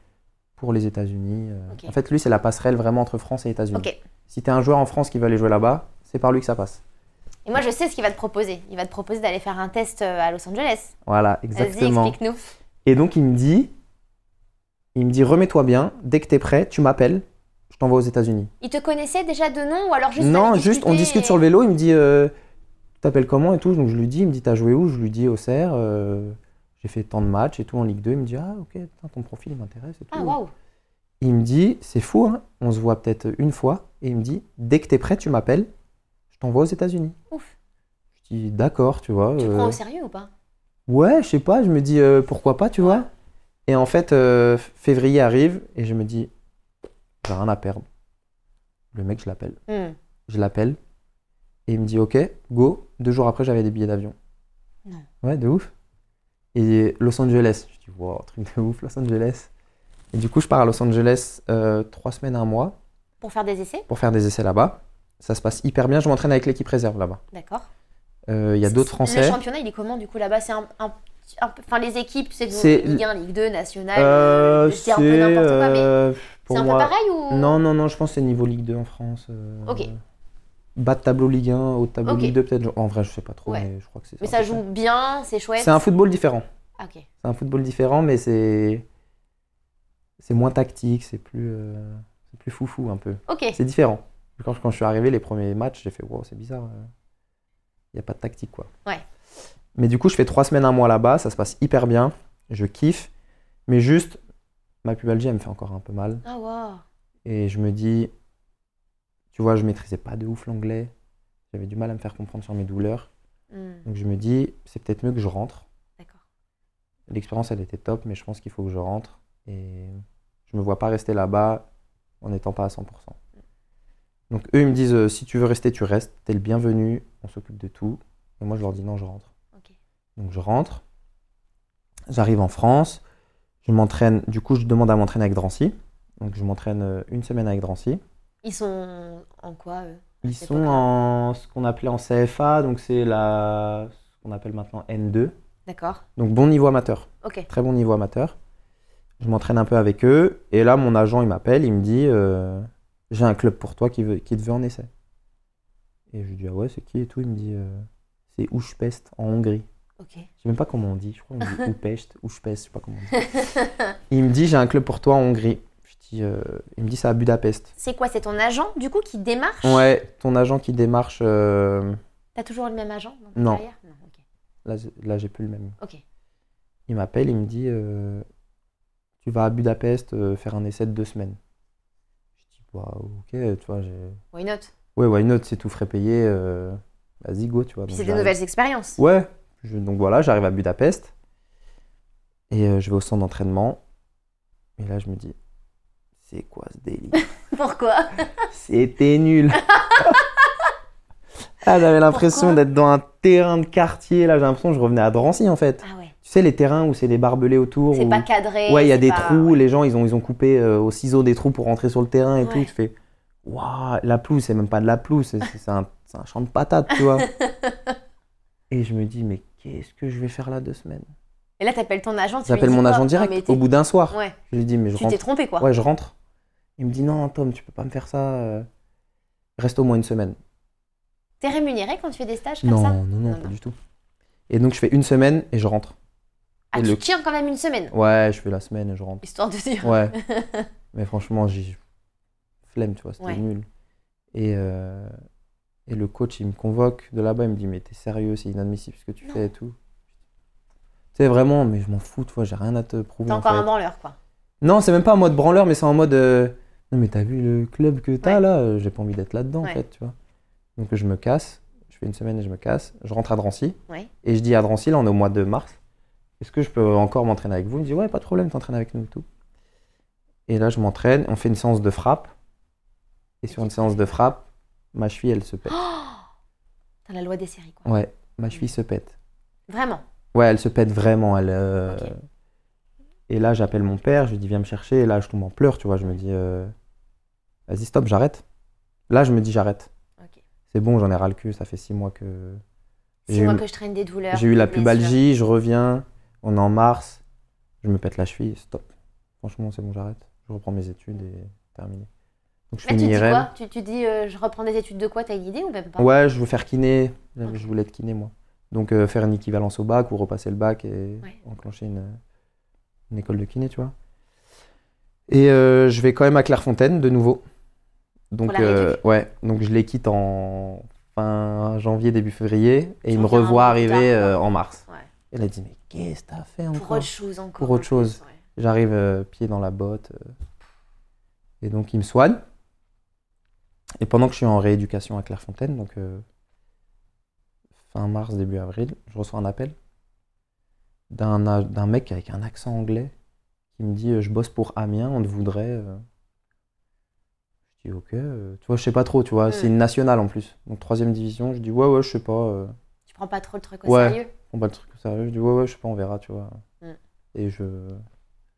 pour les États-Unis. euh. Ok. En fait, lui, c'est la passerelle vraiment entre France et États-Unis. Ok. Et Si t'es un joueur en France qui veut aller jouer là-bas, c'est par lui que ça passe. moi, je sais ce qu'il va te proposer. Il va te proposer d'aller faire un test euh, à Los Angeles. Voilà, Vas-y, exactement. explique-nous. Et donc il me dit, il me dit remets-toi bien, dès que t'es prêt, tu m'appelles, je t'envoie aux États-Unis. Il te connaissait déjà de nom ou alors juste Non, t'avais juste on discuté discute et- sur le vélo, il me dit euh, t'appelles comment et tout, donc je lui dis, il me dit t'as joué où, je lui dis au Serre, euh, j'ai fait tant de matchs et tout en Ligue 2, il me dit ah ok, putain, ton profil il m'intéresse et tout. Ah waouh. Il me dit c'est fou, hein, on se voit peut-être une fois, et il me dit dès que t'es prêt, tu m'appelles, je t'envoie aux États-Unis. Ouf. Je dis d'accord, tu vois. Tu euh, prends au sérieux ou pas Ouais, je sais pas, je me dis euh, pourquoi pas, tu vois. Et en fait, euh, f- février arrive et je me dis, j'ai rien à perdre. Le mec, je l'appelle. Hmm. Je l'appelle et il me dit, ok, go. Deux jours après, j'avais des billets d'avion. Non. Ouais, de ouf. Et Los Angeles. Je dis, wow, truc de ouf, Los Angeles. Et du coup, je pars à Los Angeles euh, trois semaines, un mois Pour faire des essais pour faire des essais là-bas. Ça se passe hyper bien. Je m'entraîne avec l'équipe réserve là-bas. D'accord. Euh, Il y a d'autres Le Français. championnat, il est comment du coup là-bas C'est un, un- un peu- Enfin, les équipes, tu sais, C'est- donc, Ligue 1, Ligue 2, Nationale, Euh, euh, c'est un peu n'importe quoi, mais euh, c'est pour un moi- peu pareil ou Non, non, non, je pense que c'est niveau Ligue 2 en France. euh, Ok. Bas de tableau Ligue 1, haut de tableau Ok. Ligue 2, peut-être. je- En vrai, je sais pas trop, Ouais. mais je crois que c'est Mais un ça peu joue bien, c'est chouette. C'est un football différent. Ah, ok. C'est un football différent, mais c'est. C'est moins tactique, c'est plus. euh, C'est plus foufou un peu. Ok. C'est différent. Quand, quand je suis arrivé, les premiers matchs, j'ai fait wow, c'est bizarre. Il n'y a pas de tactique, quoi. Ouais. Mais du coup, je fais trois semaines, un mois là-bas, ça se passe hyper bien. Je kiffe. Mais juste, ma pubalgie, elle me fait encore un peu mal. Ah waouh. Et je me dis, tu vois, je maîtrisais pas de ouf l'anglais. J'avais du mal à me faire comprendre sur mes douleurs. Hmm, Donc je me dis, c'est peut-être mieux que je rentre. D'accord. L'expérience, elle était top, mais je pense qu'il faut que je rentre. Et je me vois pas rester là-bas en n'étant pas à 100%. Donc eux, ils me disent, euh, si tu veux rester, tu restes. T'es le bienvenu. On s'occupe de tout. Et moi, je leur dis, non, je rentre. Ok. Donc je rentre. J'arrive en France. Je m'entraîne. Du coup, je demande à m'entraîner avec Drancy. Donc je m'entraîne euh, une semaine avec Drancy. Ils sont en quoi eux Ils cette sont époque-là. en ce qu'on appelait en CFA, donc c'est la ce qu'on appelle maintenant N2. D'accord. Donc bon niveau amateur, Ok. très bon niveau amateur. Je m'entraîne un peu avec eux et là mon agent il m'appelle, il me dit euh, j'ai un club pour toi qui veut qui te veut en essai. Et je lui dis ah ouais c'est qui et tout, il me dit euh, c'est Oujpest en Hongrie. Ok. Je sais même pas comment on dit, je crois qu'on dit Oujpest, Oujpest, je sais pas comment on dit. Il me dit j'ai un club pour toi en Hongrie. Je dis, euh, il me dit c'est à Budapest. C'est quoi C'est ton agent du coup qui démarche Ouais, ton agent qui démarche euh, T'as toujours le même agent dans ta Non. carrière Non. Ok. là, j'ai- là j'ai plus le même. Ok. Il m'appelle, il me dit euh, Tu vas à Budapest euh, faire un essai de deux semaines. Je dis Bah, Ok, tu vois, j'ai. Why Ah not Ouais, why not, c'est tout frais payé. euh, Vas-y, go, tu vois. Puis donc c'est des j'arrive. nouvelles expériences. Ouais, Je- donc voilà, j'arrive à Budapest et euh, je vais au centre d'entraînement. Et là, je me dis, c'est quoi ce délire Pourquoi C'était nul. ah, j'avais l'impression Pourquoi d'être dans un terrain de quartier. Là, j'ai l'impression que je revenais à Drancy en fait. Ah ouais. Tu sais, les terrains où c'est des barbelés autour. C'est où- pas cadré. Oh. Ouais, il y a c'est des pas- trous. Les gens, ils ont, ils ont coupé euh, au ciseau des trous pour rentrer sur le terrain et tout. Ouais. Tu fais, waouh, la pelouse, c'est même pas de la pelouse, c'est- c'est c'est un, c'est un champ de patates, tu vois. et je me dis, mais qu'est-ce que je vais faire là deux semaines Et là, t'appelles ton agent. tu lui J'appelle dis mon quoi agent Non, direct mais t'es- au bout d'un soir. Ouais. Je lui dis, mais je Tu t'es rentre. trompé quoi. Ouais, je rentre. Il me dit, non, Tom, tu peux pas me faire ça. euh, Reste au moins une semaine. T'es rémunéré quand tu fais des stages comme Non, ça non, non, Non, pas non. du tout. Et donc, je fais une semaine et je rentre. Ah, Et tu le- tiens quand même une semaine, Ouais, je fais la semaine et je rentre. histoire de dire. Ouais. Mais franchement, j'ai flemme, tu vois, c'était Ouais. nul. Et, euh, et le coach, il me convoque de là-bas, il me dit, mais t'es sérieux, c'est inadmissible ce que tu Non. fais et tout. Tu sais, vraiment, mais je m'en fous, tu vois, j'ai rien à te prouver. T'es en encore fait. un branleur quoi. Non, c'est même pas en mode branleur, mais c'est en mode. euh, Non, mais t'as vu le club que t'as Ouais. là euh, J'ai pas envie d'être là-dedans, Ouais. en fait, tu vois. Donc je me casse, je fais une semaine et je me casse. Je rentre à Drancy. Ouais. Et je dis à Drancy, là, on est au mois de mars. Est-ce que je peux encore m'entraîner avec vous Il me dit, ouais, pas de problème, t'entraînes avec nous et tout. Et là, je m'entraîne, on fait une séance de frappe. Et sur une séance de frappe, ma cheville, elle se pète. T'as la loi des séries quoi. Ouais, ma cheville se pète. Vraiment. Ouais, elle se pète vraiment. Elle, euh, Ok. Et là, j'appelle mon père, je lui dis, viens me chercher. Et là, je tombe en pleurs, tu vois. Je me dis, euh, vas-y, stop, j'arrête. Là, je me dis, j'arrête. Ok. C'est bon, j'en ai ras le cul. Ça fait six mois que. C'est J'ai moi eu- que je traîne des douleurs. J'ai eu la des blessures. pubalgie, je reviens. On est en mars. Je me pète la cheville, stop. Franchement, c'est bon, j'arrête. Je reprends mes études et terminé. Donc, Là, je tu une dis IRM. quoi tu, tu dis, euh, je reprends des études de quoi T'as une idée ou même pas Ouais, je veux faire kiné. Ok. Je voulais être kiné, moi. Donc, euh, faire une équivalence au bac ou repasser le bac et enclencher une, une école de kiné, tu vois. Et euh, je vais quand même à Clairefontaine de nouveau. Donc, Pour la euh, rééduque. ouais, donc je les quitte en fin janvier, début février et ils me Donc, il y a un revoient an plus tard, arriver quoi. euh, en mars. Ouais. Elle a dit Mais qu'est-ce que t'as fait Pour encore autre chose encore. Pour autre en plus, chose. ouais. J'arrive euh, pied dans la botte. euh. Et donc, ils me soignent. Et pendant que je suis en rééducation à Clairefontaine, donc euh, fin mars, début avril, je reçois un appel d'un a- d'un mec avec un accent anglais qui me dit euh, Je bosse pour Amiens, on te voudrait. euh. Je dis Ok, euh, tu vois, je sais pas trop, tu vois, Mm. c'est une nationale en plus. Donc, troisième division, je dis Ouais, ouais, je sais pas. euh, Tu prends pas trop le truc au Ouais. sérieux on bat le truc au sérieux. Je dis Ouais, ouais, je sais pas, on verra, tu vois. Mm. Et je.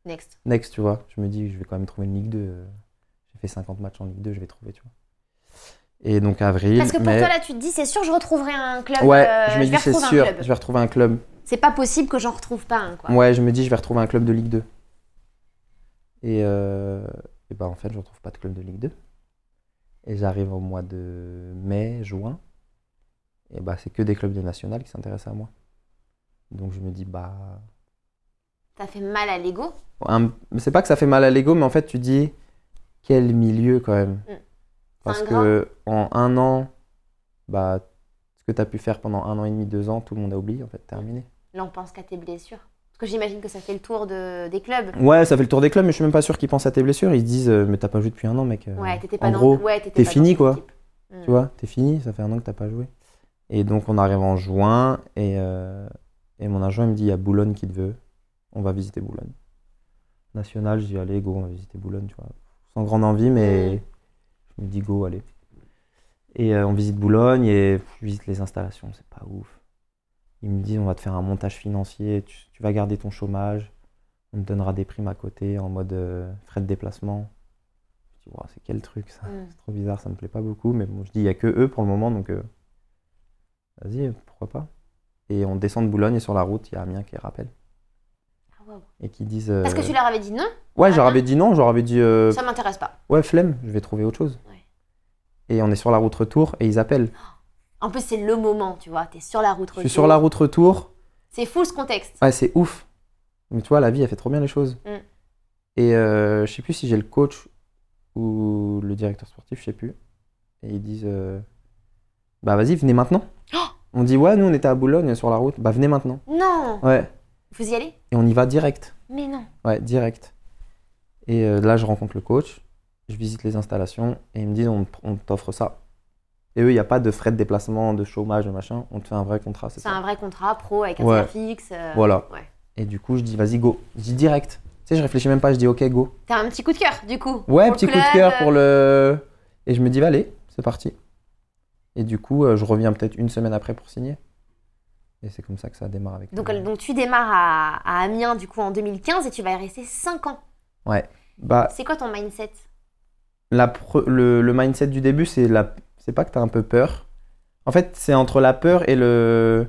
Next. Next, tu vois. Je me dis, je vais quand même trouver une Ligue 2. euh, J'ai fait 50 matchs en Ligue 2, je vais trouver, tu vois. Et donc avril, Parce que pour mai- toi, là, tu te dis, c'est sûr, je retrouverai un club. ouais, euh, je me vais dis, c'est retrouver un sûr, Mm. club. je vais retrouver un club. C'est pas possible que j'en retrouve pas un, quoi. Ouais, je me dis, je vais retrouver un club de Ligue 2. Et, euh, et bah, en fait, je retrouve pas de club de Ligue 2. Et j'arrive au mois de mai, juin. Et bah, c'est que des clubs de national qui s'intéressent à moi. Donc je me dis, bah, T'as fait mal à l'ego. un- c'est pas que ça fait mal à l'ego, mais en fait, tu dis quel milieu quand même. Mm. Parce C'est que en un an, bah, ce que tu as pu faire pendant un an et demi, deux ans, tout le monde a oublié, en fait, terminé. Là, on pense qu'à tes blessures. Parce que j'imagine que ça fait le tour de... des clubs. Ouais, ça fait le tour des clubs, mais je suis même pas sûr qu'ils pensent à tes blessures. Ils se disent, euh, mais t'as pas joué depuis un an, mec. Euh, Ouais, t'étais en pas dans gros, ouais, t'étais pas t'es dans fini, cette quoi. équipe. Mm. Tu vois, t'es fini, ça fait un an que t'as pas joué. Et donc, on arrive en juin, et, euh, et mon agent, il me dit, il y a Boulogne qui te veut, on va visiter Boulogne. National, je dis, allez, go, on va visiter Boulogne, tu vois. Sans grande envie, mais je me dis, go, allez. Et euh, on visite Boulogne, et pff, je visite les installations, c'est pas ouf. Ils me disent, on va te faire un montage financier, tu, tu vas garder ton chômage, on te donnera des primes à côté, en mode euh, frais de déplacement. Je dis, Ouah, c'est quel truc, ça Mm. trop bizarre, ça me plaît pas beaucoup, mais bon, je dis, il n'y a que eux pour le moment, donc euh, vas-y, euh, pourquoi pas. Et on descend de Boulogne et sur la route, il y a Amiens qui rappelle Ah, wow. et qui disent. Parce que euh, tu leur avais dit non, Ouais, Amiens. j'aurais avais dit non, j'aurais avais dit euh, ça m'intéresse pas. ouais, flemme, je vais trouver autre chose. Ouais. Et on est sur la route retour et ils appellent. En plus, c'est le moment, tu vois. T'es sur la route. Je suis sur la route retour, C'est fou ce contexte. ouais, c'est ouf. Mais tu vois, la vie, elle fait trop bien les choses. Mm. Et euh, je sais plus si j'ai le coach ou le directeur sportif, je sais plus. Et ils disent euh, bah vas-y, venez maintenant. Oh On dit ouais, nous on était à Boulogne sur la route, bah venez maintenant. Non Ouais, Vous y allez et on y va direct. Mais non. Ouais, direct. Et euh, là, je rencontre le coach, je visite les installations et ils me disent on, on t'offre ça. Et eux, il n'y a pas de frais de déplacement, de chômage, de machin. On te fait un vrai contrat, c'est C'est ça. un vrai contrat pro avec un Ouais. salaire fixe. euh, Voilà. ouais. Et du coup, je dis, vas-y, go. Je dis direct. Tu sais, je réfléchis même pas, je dis, ok, go. T'as un petit coup de cœur, du coup. Ouais, pour le petit coup de club, cœur euh, pour le. Et je me dis, bah, allez, c'est parti. Et du coup, euh, je reviens peut-être une semaine après pour signer. Et c'est comme ça que ça démarre avec Donc, euh, le- donc tu démarres à, à Amiens, du coup, en 2015 et tu vas y rester 5 ans. Bah, C'est quoi ton mindset la pre- le, le mindset du début, c'est la... c'est pas que t'as un peu peur. En fait, c'est entre la peur et le.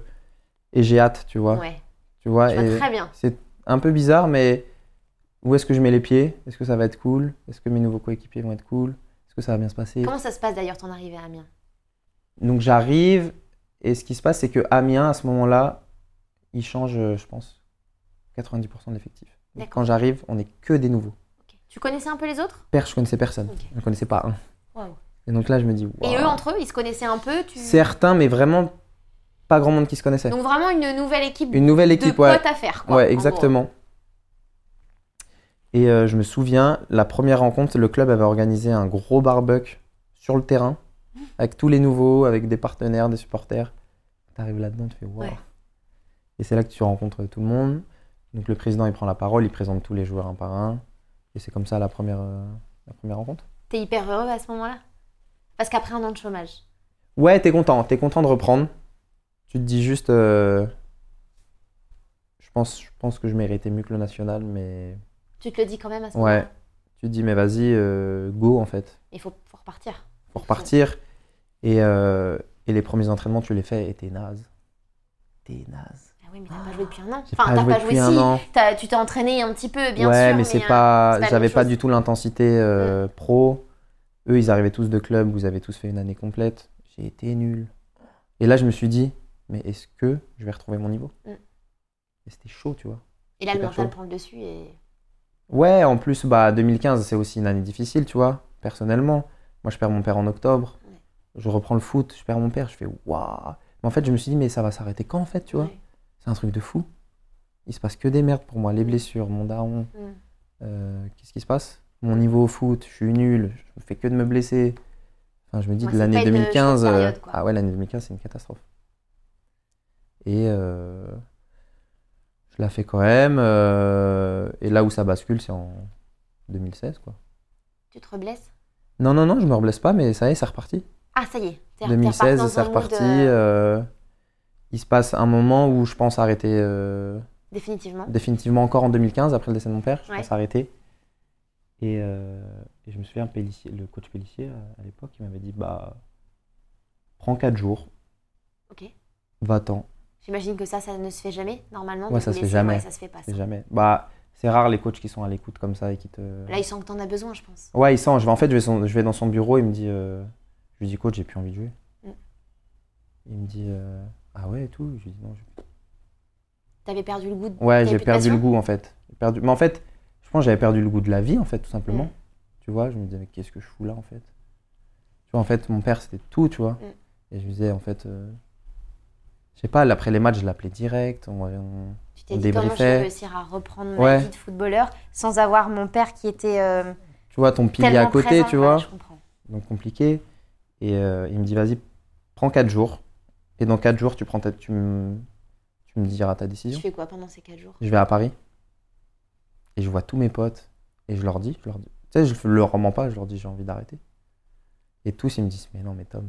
Et j'ai hâte, tu vois. Ouais, Tu vois, je vois et très bien. c'est un peu bizarre, mais où est-ce que je mets les pieds Est-ce que ça va être cool Est-ce que mes nouveaux coéquipiers vont être cool Est-ce que ça va bien se passer Comment ça se passe d'ailleurs ton arrivée à Amiens Donc j'arrive et ce qui se passe c'est que Amiens à ce moment-là, il change euh, je pense 90% de l'effectif. Donc, D'accord. Quand j'arrive, on n'est que des nouveaux. Ok. Tu connaissais un peu les autres Père, je connaissais personne. Ok. Je ne connaissais pas un. Waouh. Et donc là, je me dis Et waouh. eux, entre eux, ils se connaissaient un peu tu... certains mais vraiment pas grand monde qui se connaissait. Donc vraiment une nouvelle équipe Une nouvelle de équipe ouais. potes à faire. Quoi, en Ouais, gros. exactement. Et euh, je me souviens, la première rencontre, le club avait organisé un gros barbecue sur le terrain, avec tous les nouveaux, avec des partenaires, des supporters. T'arrives là-dedans, tu fais waouh. Ouais. Et c'est là que tu rencontres euh, tout le monde. Donc le président, il prend la parole, il présente tous les joueurs un par un. Et c'est comme ça la première, euh, la première rencontre. T'es hyper heureux à ce moment-là Parce qu'après un an de chômage. Ouais, t'es content, t'es content de reprendre. Tu te dis juste, euh, je, pense, je pense que je méritais mieux que le national, mais Tu te le dis quand même à ce moment-là Ouais. Tu te dis, mais vas-y, euh, go en fait. Il faut, faut repartir. Pour repartir. Et, euh, et les premiers entraînements, tu les fais et t'es naze. T'es naze. Ah oui, mais t'as pas joué depuis un an. J'ai Enfin, pas t'as joué pas depuis joué un si. an. t'as- Tu t'es entraîné un petit peu, bien ouais, sûr. mais c'est euh, pas. c'est pas la J'avais même pas chose. du tout l'intensité euh, pro. Eux, ils arrivaient tous de club, vous avez tous fait une année complète. J'ai été nul. Et là, je me suis dit, mais est-ce que je vais retrouver mon niveau Mm. Et c'était chaud, tu vois. Et là, le hyper mental chaud. prend le dessus et. Ouais, en plus, bah, 2015, c'est aussi une année difficile, tu vois, personnellement. Moi, je perds mon père en octobre. Ouais. Je reprends le foot, je perds mon père, je fais waouh. Mais en fait, je me suis dit, mais ça va s'arrêter quand, en fait, tu vois Ouais. C'est un truc de fou. Il se passe que des merdes pour moi. Les blessures, mon daron, Mm. euh, qu'est-ce qui se passe Mon niveau au foot, je suis nul, je fais que de me blesser. Enfin, je me dis Ouais, de c'est l'année pas une 2015. chouette euh, période, quoi. ah ouais, l'année 2015, c'est une catastrophe. Et euh, je la fais quand même. euh, et là où ça bascule, c'est en 2016, quoi. Tu te reblesses Non, non, non, je me reblesse pas, mais ça y est, c'est reparti. Ah, ça y est. T'es- t'es reparti 2016, dans c'est un mood, reparti. euh, euh, il se passe un moment où je pense arrêter. euh, Définitivement. définitivement encore en 2015, après le décès de mon père, je Ouais. pense arrêter. Et, euh, et je me souviens, Pélissier- le coach Pellissier à- à l'époque, il m'avait dit bah, prends 4 jours, Ok. va-t'en, J'imagine que ça, ça ne se fait jamais, normalement. Ouais, de ça vous se fait laisser- jamais. ouais, ça se fait pas. ça. c'est jamais. Bah, c'est rare les coachs qui sont à l'écoute comme ça et qui te. Là, il sent que t'en as besoin, je pense. Ouais, il sent. Je vais, en fait, je vais, son- je vais dans son bureau, il me dit euh, Je lui dis, coach, j'ai plus envie de jouer. Mm. Il me dit euh, Ah ouais, et tout. Je lui dis Non, je- T'avais perdu le goût. de- Ouais, T'avais j'ai plus de perdu le passion goût en fait. J'ai Perdu... Mais en fait, je pense que j'avais perdu le goût de la vie en fait, tout simplement. Mm. Tu vois, je me disais, mais qu'est-ce que je fous là en fait Tu vois, en fait, mon père c'était tout, tu vois. Mm. Et je me disais, en fait, euh, je sais pas, après les matchs, je l'appelais direct. on- on- Tu t'es on dit comment je débriefait. vais réussir à reprendre ma Ouais. vie de footballeur sans avoir mon père qui était euh, Tu vois, ton pilier tellement à côté, présent. tu Ouais, vois. je comprends. Donc compliqué. Et euh, il me dit, vas-y, prends 4 jours. Et dans 4 jours, tu, prends ta... tu, me... tu me diras ta décision. Tu fais quoi pendant ces 4 jours je vais à Paris et je vois tous mes potes et je leur dis, je leur dis, tu sais, je leur mens pas, je leur dis j'ai envie d'arrêter. Et tous ils me disent mais non mais Tom,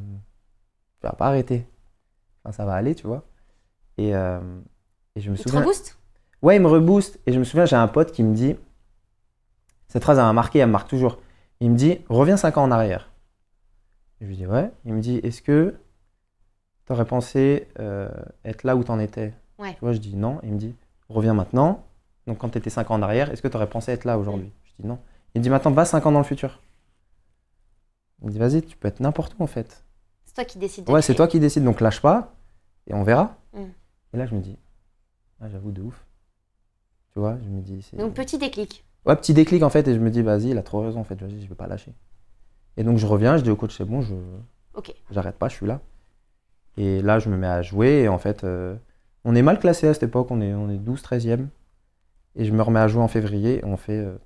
tu vas pas arrêter, Enfin, ça va aller tu vois. Et, euh, et je me Il te souviens, rebooste ouais il me rebooste et je me souviens j'ai un pote qui me dit, cette phrase elle m'a marqué, elle me marque toujours. Il me dit reviens 5 ans en arrière. Et je lui dis ouais. Il me dit est-ce que t'aurais pensé euh, être là où t'en étais Ouais. Tu vois je dis non. Il me dit reviens maintenant. Donc quand tu étais 5 ans en arrière, est-ce que tu aurais pensé être là aujourd'hui Je dis non. Il me dit maintenant, va 5 ans dans le futur. Il me dit vas-y, tu peux être n'importe où en fait. C'est toi qui décides. de Ouais, c'est créer. toi qui décides, donc lâche pas et on verra. Mm. Et là, je me dis, ah, j'avoue, de ouf. Tu vois, je me dis, c'est. Donc petit déclic. Ouais, petit déclic en fait, et je me dis, vas-y, il a trop raison en fait, vas-y, je vais pas lâcher. Et donc je reviens, je dis au coach, c'est bon, je Ok. j'arrête pas, je suis là. Et là, je me mets à jouer, et en fait, euh, on est mal classé à cette époque, on est, on est 12, 13e. Et je me remets à jouer en février, et on fait euh,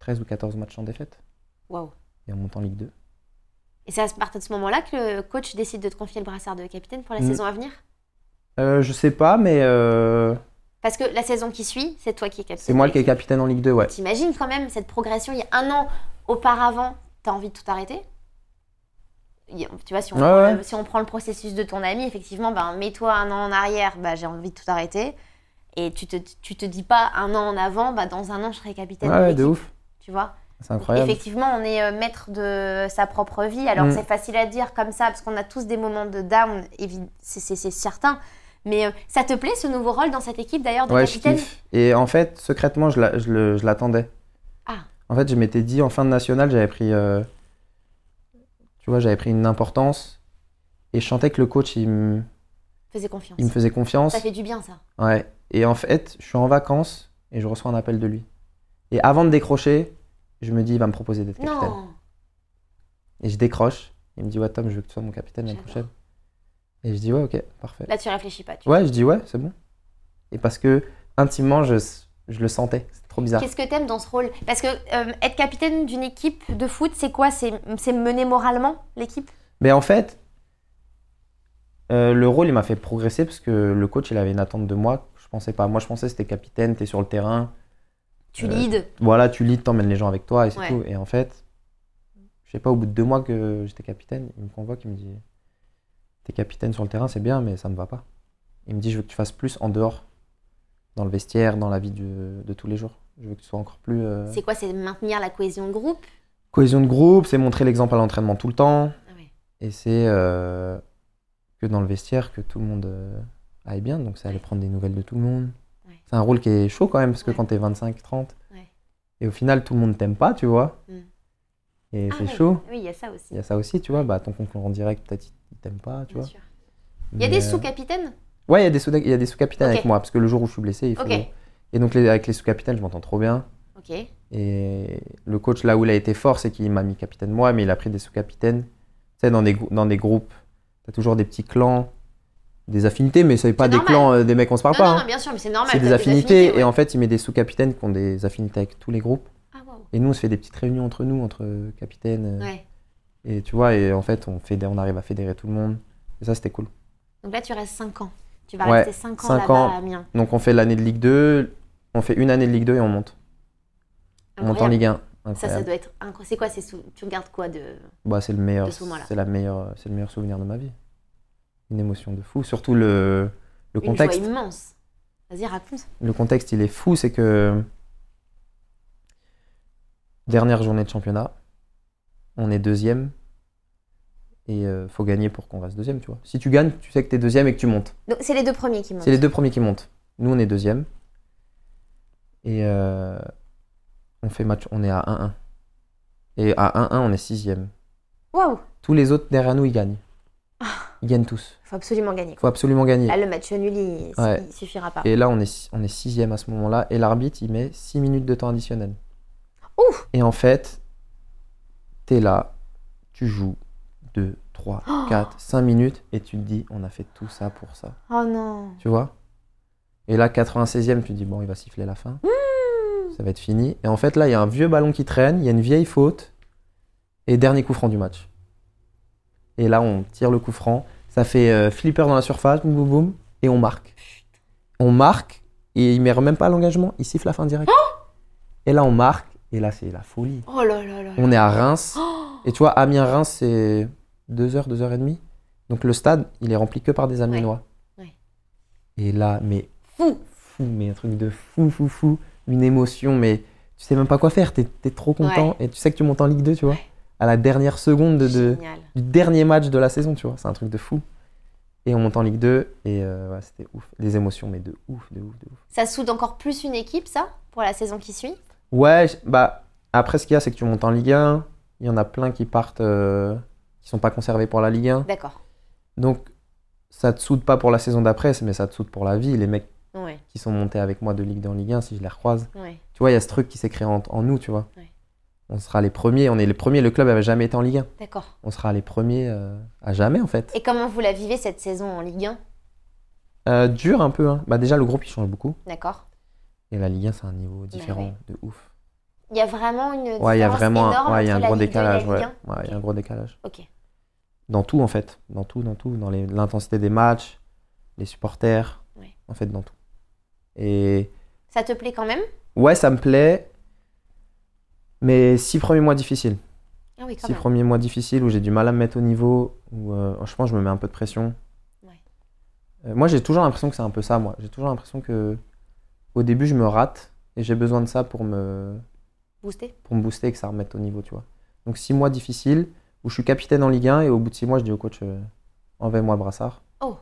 13 ou 14 matchs en défaite, Waouh. et on monte en Ligue 2. Et c'est à partir de ce moment-là que le coach décide de te confier le brassard de capitaine pour la Mm. saison à venir Euh, je sais pas, mais euh, Parce que la saison qui suit, c'est toi qui es capitaine. c'est moi de qui est l'équipe. capitaine en Ligue 2, ouais. T'imagines quand même cette progression. Il y a un an auparavant, t'as envie de tout arrêter Il y a- Tu vois, si on, Ouais, prend ouais. le, si on prend le processus de ton ami, effectivement, ben, mets-toi un an en arrière, bah, j'ai envie de tout arrêter. Et tu te, tu te dis pas un an en avant, bah, dans un an, je serai capitaine. Ouais, ouais, de l'équipe, ouf. Tu vois C'est incroyable. Effectivement, on est euh, maître de sa propre vie. Alors, Mm. c'est facile à dire comme ça, parce qu'on a tous des moments de down, évi- c'est- c'est c'est certain. Mais euh, ça te plaît ce nouveau rôle dans cette équipe d'ailleurs de Ouais, je capitaine kiffe. Et en fait, secrètement, je la- je le- je l'attendais. Ah. En fait, je m'étais dit, en fin de nationale, j'avais pris, euh, tu vois, j'avais pris une importance. Et je sentais que le coach, il me, Faisais confiance. il me faisait confiance. Ça fait du bien ça. Ouais. Et en fait, je suis en vacances et je reçois un appel de lui. Et avant de décrocher, je me dis, il va me proposer d'être capitaine. Non Et je décroche. Il me dit, ouais, Tom, je veux que tu sois mon capitaine l'année J'adore. prochaine. Et je dis, ouais, ok, parfait. Là, tu réfléchis pas. tu- Ouais, je dis, ouais, c'est bon. Et parce que, intimement, je, je le sentais. C'est trop bizarre. Qu'est-ce que t'aimes dans ce rôle Parce que euh, être capitaine d'une équipe de foot, c'est quoi C'est c'est mener moralement l'équipe Mais en fait, euh, le rôle, il m'a fait progresser parce que le coach, il avait une attente de moi. que Je pensais pas. Moi, je pensais que c'était capitaine, t'es sur le terrain. Tu Euh, leads Voilà, tu leads, t'emmènes les gens avec toi et c'est Ouais. tout. Et en fait, je sais pas, au bout de deux mois que j'étais capitaine, il me convoque, il me dit T'es capitaine sur le terrain, c'est bien, mais ça me va pas. Il me dit Je veux que tu fasses plus en dehors, dans le vestiaire, dans la vie de, de tous les jours. Je veux que tu sois encore plus. euh, C'est quoi C'est maintenir la cohésion de groupe Cohésion de groupe, c'est montrer l'exemple à l'entraînement tout le temps. Ah ouais. Et c'est euh, que dans le vestiaire, que tout le monde euh, aille bien. Donc, c'est aller prendre des nouvelles de tout le monde. Ouais. C'est un rôle qui est chaud quand même, parce que Ouais. quand t'es 25, 30, Ouais. et au final, tout le monde t'aime pas, tu vois. Mm. Et Ah c'est ouais. chaud. Oui, il y a ça aussi. Il y a ça aussi, tu vois. Bah, ton concurrent direct, peut-être, il t'aime pas, tu bien vois. sûr. Il y a des Mais, euh, sous-capitaines Ouais, il y a des sous- il y a des sous-capitaines Ok. avec moi, parce que le jour où je suis blessé, il faut. Ok. Et donc, les- avec les sous-capitaines, je m'entends trop bien. Ok. Ouais, Et le coach, là où il a été fort, c'est qu'il m'a mis capitaine moi, mais il a pris des sous-capitaines. Tu sais, dans des, grou- dans des groupes, t'as toujours des petits clans, des affinités, mais c'est pas des normal. clans, euh, des mecs, on se parle non, pas. non, hein. bien sûr, mais c'est normal. C'est t'as des affinités, ouais. et en fait, il met des sous-capitaines qui ont des affinités avec tous les groupes. Ah, waouh. Et nous, on se fait des petites réunions entre nous, entre euh, capitaines, euh, Ouais. et tu vois, et en fait, on, fédé- on arrive à fédérer tout le monde. Et ça, c'était cool. Donc là, tu restes 5 ans. Tu vas Ouais, rester 5 ans cinq là-bas ans. à Amiens. Donc, on fait l'année de Ligue 2, on fait une année de Ligue 2 et on monte. On monte en Incroyable. Ligue 1. Ça, ça Incroyable. doit être incroyable. C'est quoi c'est sous... Tu gardes quoi de. Bah, c'est le meilleur, de ce moment-là. c'est la meilleure, c'est le meilleur souvenir de ma vie. Une émotion de fou, surtout le, le Une joie contexte. immense. Vas-y, raconte. Le contexte, il est fou, c'est que dernière journée de championnat, on est deuxième et euh, faut gagner pour qu'on reste deuxième, tu vois. Si tu gagnes, tu sais que t'es deuxième et que tu montes. Donc, c'est les deux premiers qui montent. C'est les deux premiers qui montent. Nous, on est deuxième et euh, on fait match, on est à 1-1 et à 1-1 on est sixième. Waouh Tous les autres derrière nous, ils gagnent. Ils gagnent tous. Faut absolument gagner. quoi. faut absolument gagner. Là, Ah, le match nul, il, Ouais. il suffira pas. Et là, on est, on est sixième à ce moment-là. Et l'arbitre, il met 6 minutes de temps additionnel. Ouh Et en fait, t'es là, tu joues 2, 3, 4, 5 minutes. Et tu te dis, on a fait tout ça pour ça. Oh non Tu vois Et là, 96e, tu te dis, bon, il va siffler la fin. Ça va être fini. Et en fait, là, il y a un vieux ballon qui traîne, il y a une vieille faute. Et dernier coup franc du match. Et là, on tire le coup franc. Ça fait euh, flipper dans la surface, boum, boum, boum. Et on marque. On marque, et il ne met même pas l'engagement, il siffle la fin direct. et là, on marque, et là, c'est la folie. Oh là là là là. On est à Reims. Oh Et tu vois, Amiens-Reims, c'est 2 heures, 2 heures et demie. Donc le stade, il est rempli que par des Amiénois. Ouais. Et là, mais Fou fou, mais un truc de fou, fou, fou. Une émotion, mais tu sais même pas quoi faire. T'es es trop content. Et tu sais que tu montes en Ligue 2, tu vois. Ouais. À la dernière seconde de, de- Génial. du dernier match de la saison, tu vois. C'est un truc de fou. Et on monte en Ligue 2. Et euh, ouais, c'était ouf. Les émotions, mais de ouf, de ouf, de ouf. Ça soude encore plus une équipe, ça Pour la saison qui suit Ouais, je- bah après, ce qu'il y a, c'est que tu montes en Ligue 1. Il y en a plein qui partent, euh, qui sont pas conservés pour la Ligue 1. D'accord. Donc, ça te soude pas pour la saison d'après, mais ça te soude pour la vie. Les mecs Ouais, qui sont montés avec moi de Ligue 2 en Ligue 1, si je les recroise, ouais. tu vois, il y a ce truc qui s'est créé en, en nous, tu vois. Ouais. On sera les premiers, on est les premiers, le club avait jamais été en Ligue 1. D'accord. On sera les premiers euh, à jamais, en fait. Et comment vous la vivez cette saison en Ligue 1 Euh, dur un peu, hein. Bah, déjà, le groupe, il change beaucoup. D'accord. Et la Ligue 1, c'est un niveau différent, de ouf. Il y a vraiment une. Ouais, il y a différence vraiment un, énorme ouais, il y a entre un la gros Ligue 2 et la décalage. Ligue Ouais, Ouais, 1. il y a un gros décalage. Ok. dans tout en fait, dans tout, dans tout, dans les- l'intensité des matchs, les supporters, Ouais. en fait dans tout. Et Ça te plaît quand même ouais, ça me plaît, mais six premiers mois difficiles. Ah oui, quand Six même. premiers mois difficiles où j'ai du mal à me mettre au niveau, où euh, je pense que je me mets un peu de pression. Ouais. Euh, moi, j'ai toujours l'impression que c'est un peu ça, moi. J'ai toujours l'impression que au début, je me rate et j'ai besoin de ça pour me, Boosté. pour me booster et que ça remette au niveau, tu vois. Donc six mois difficiles où je suis capitaine en Ligue 1 et au bout de six mois, je dis au coach, euh, enlevez-moi le brassard. Oh.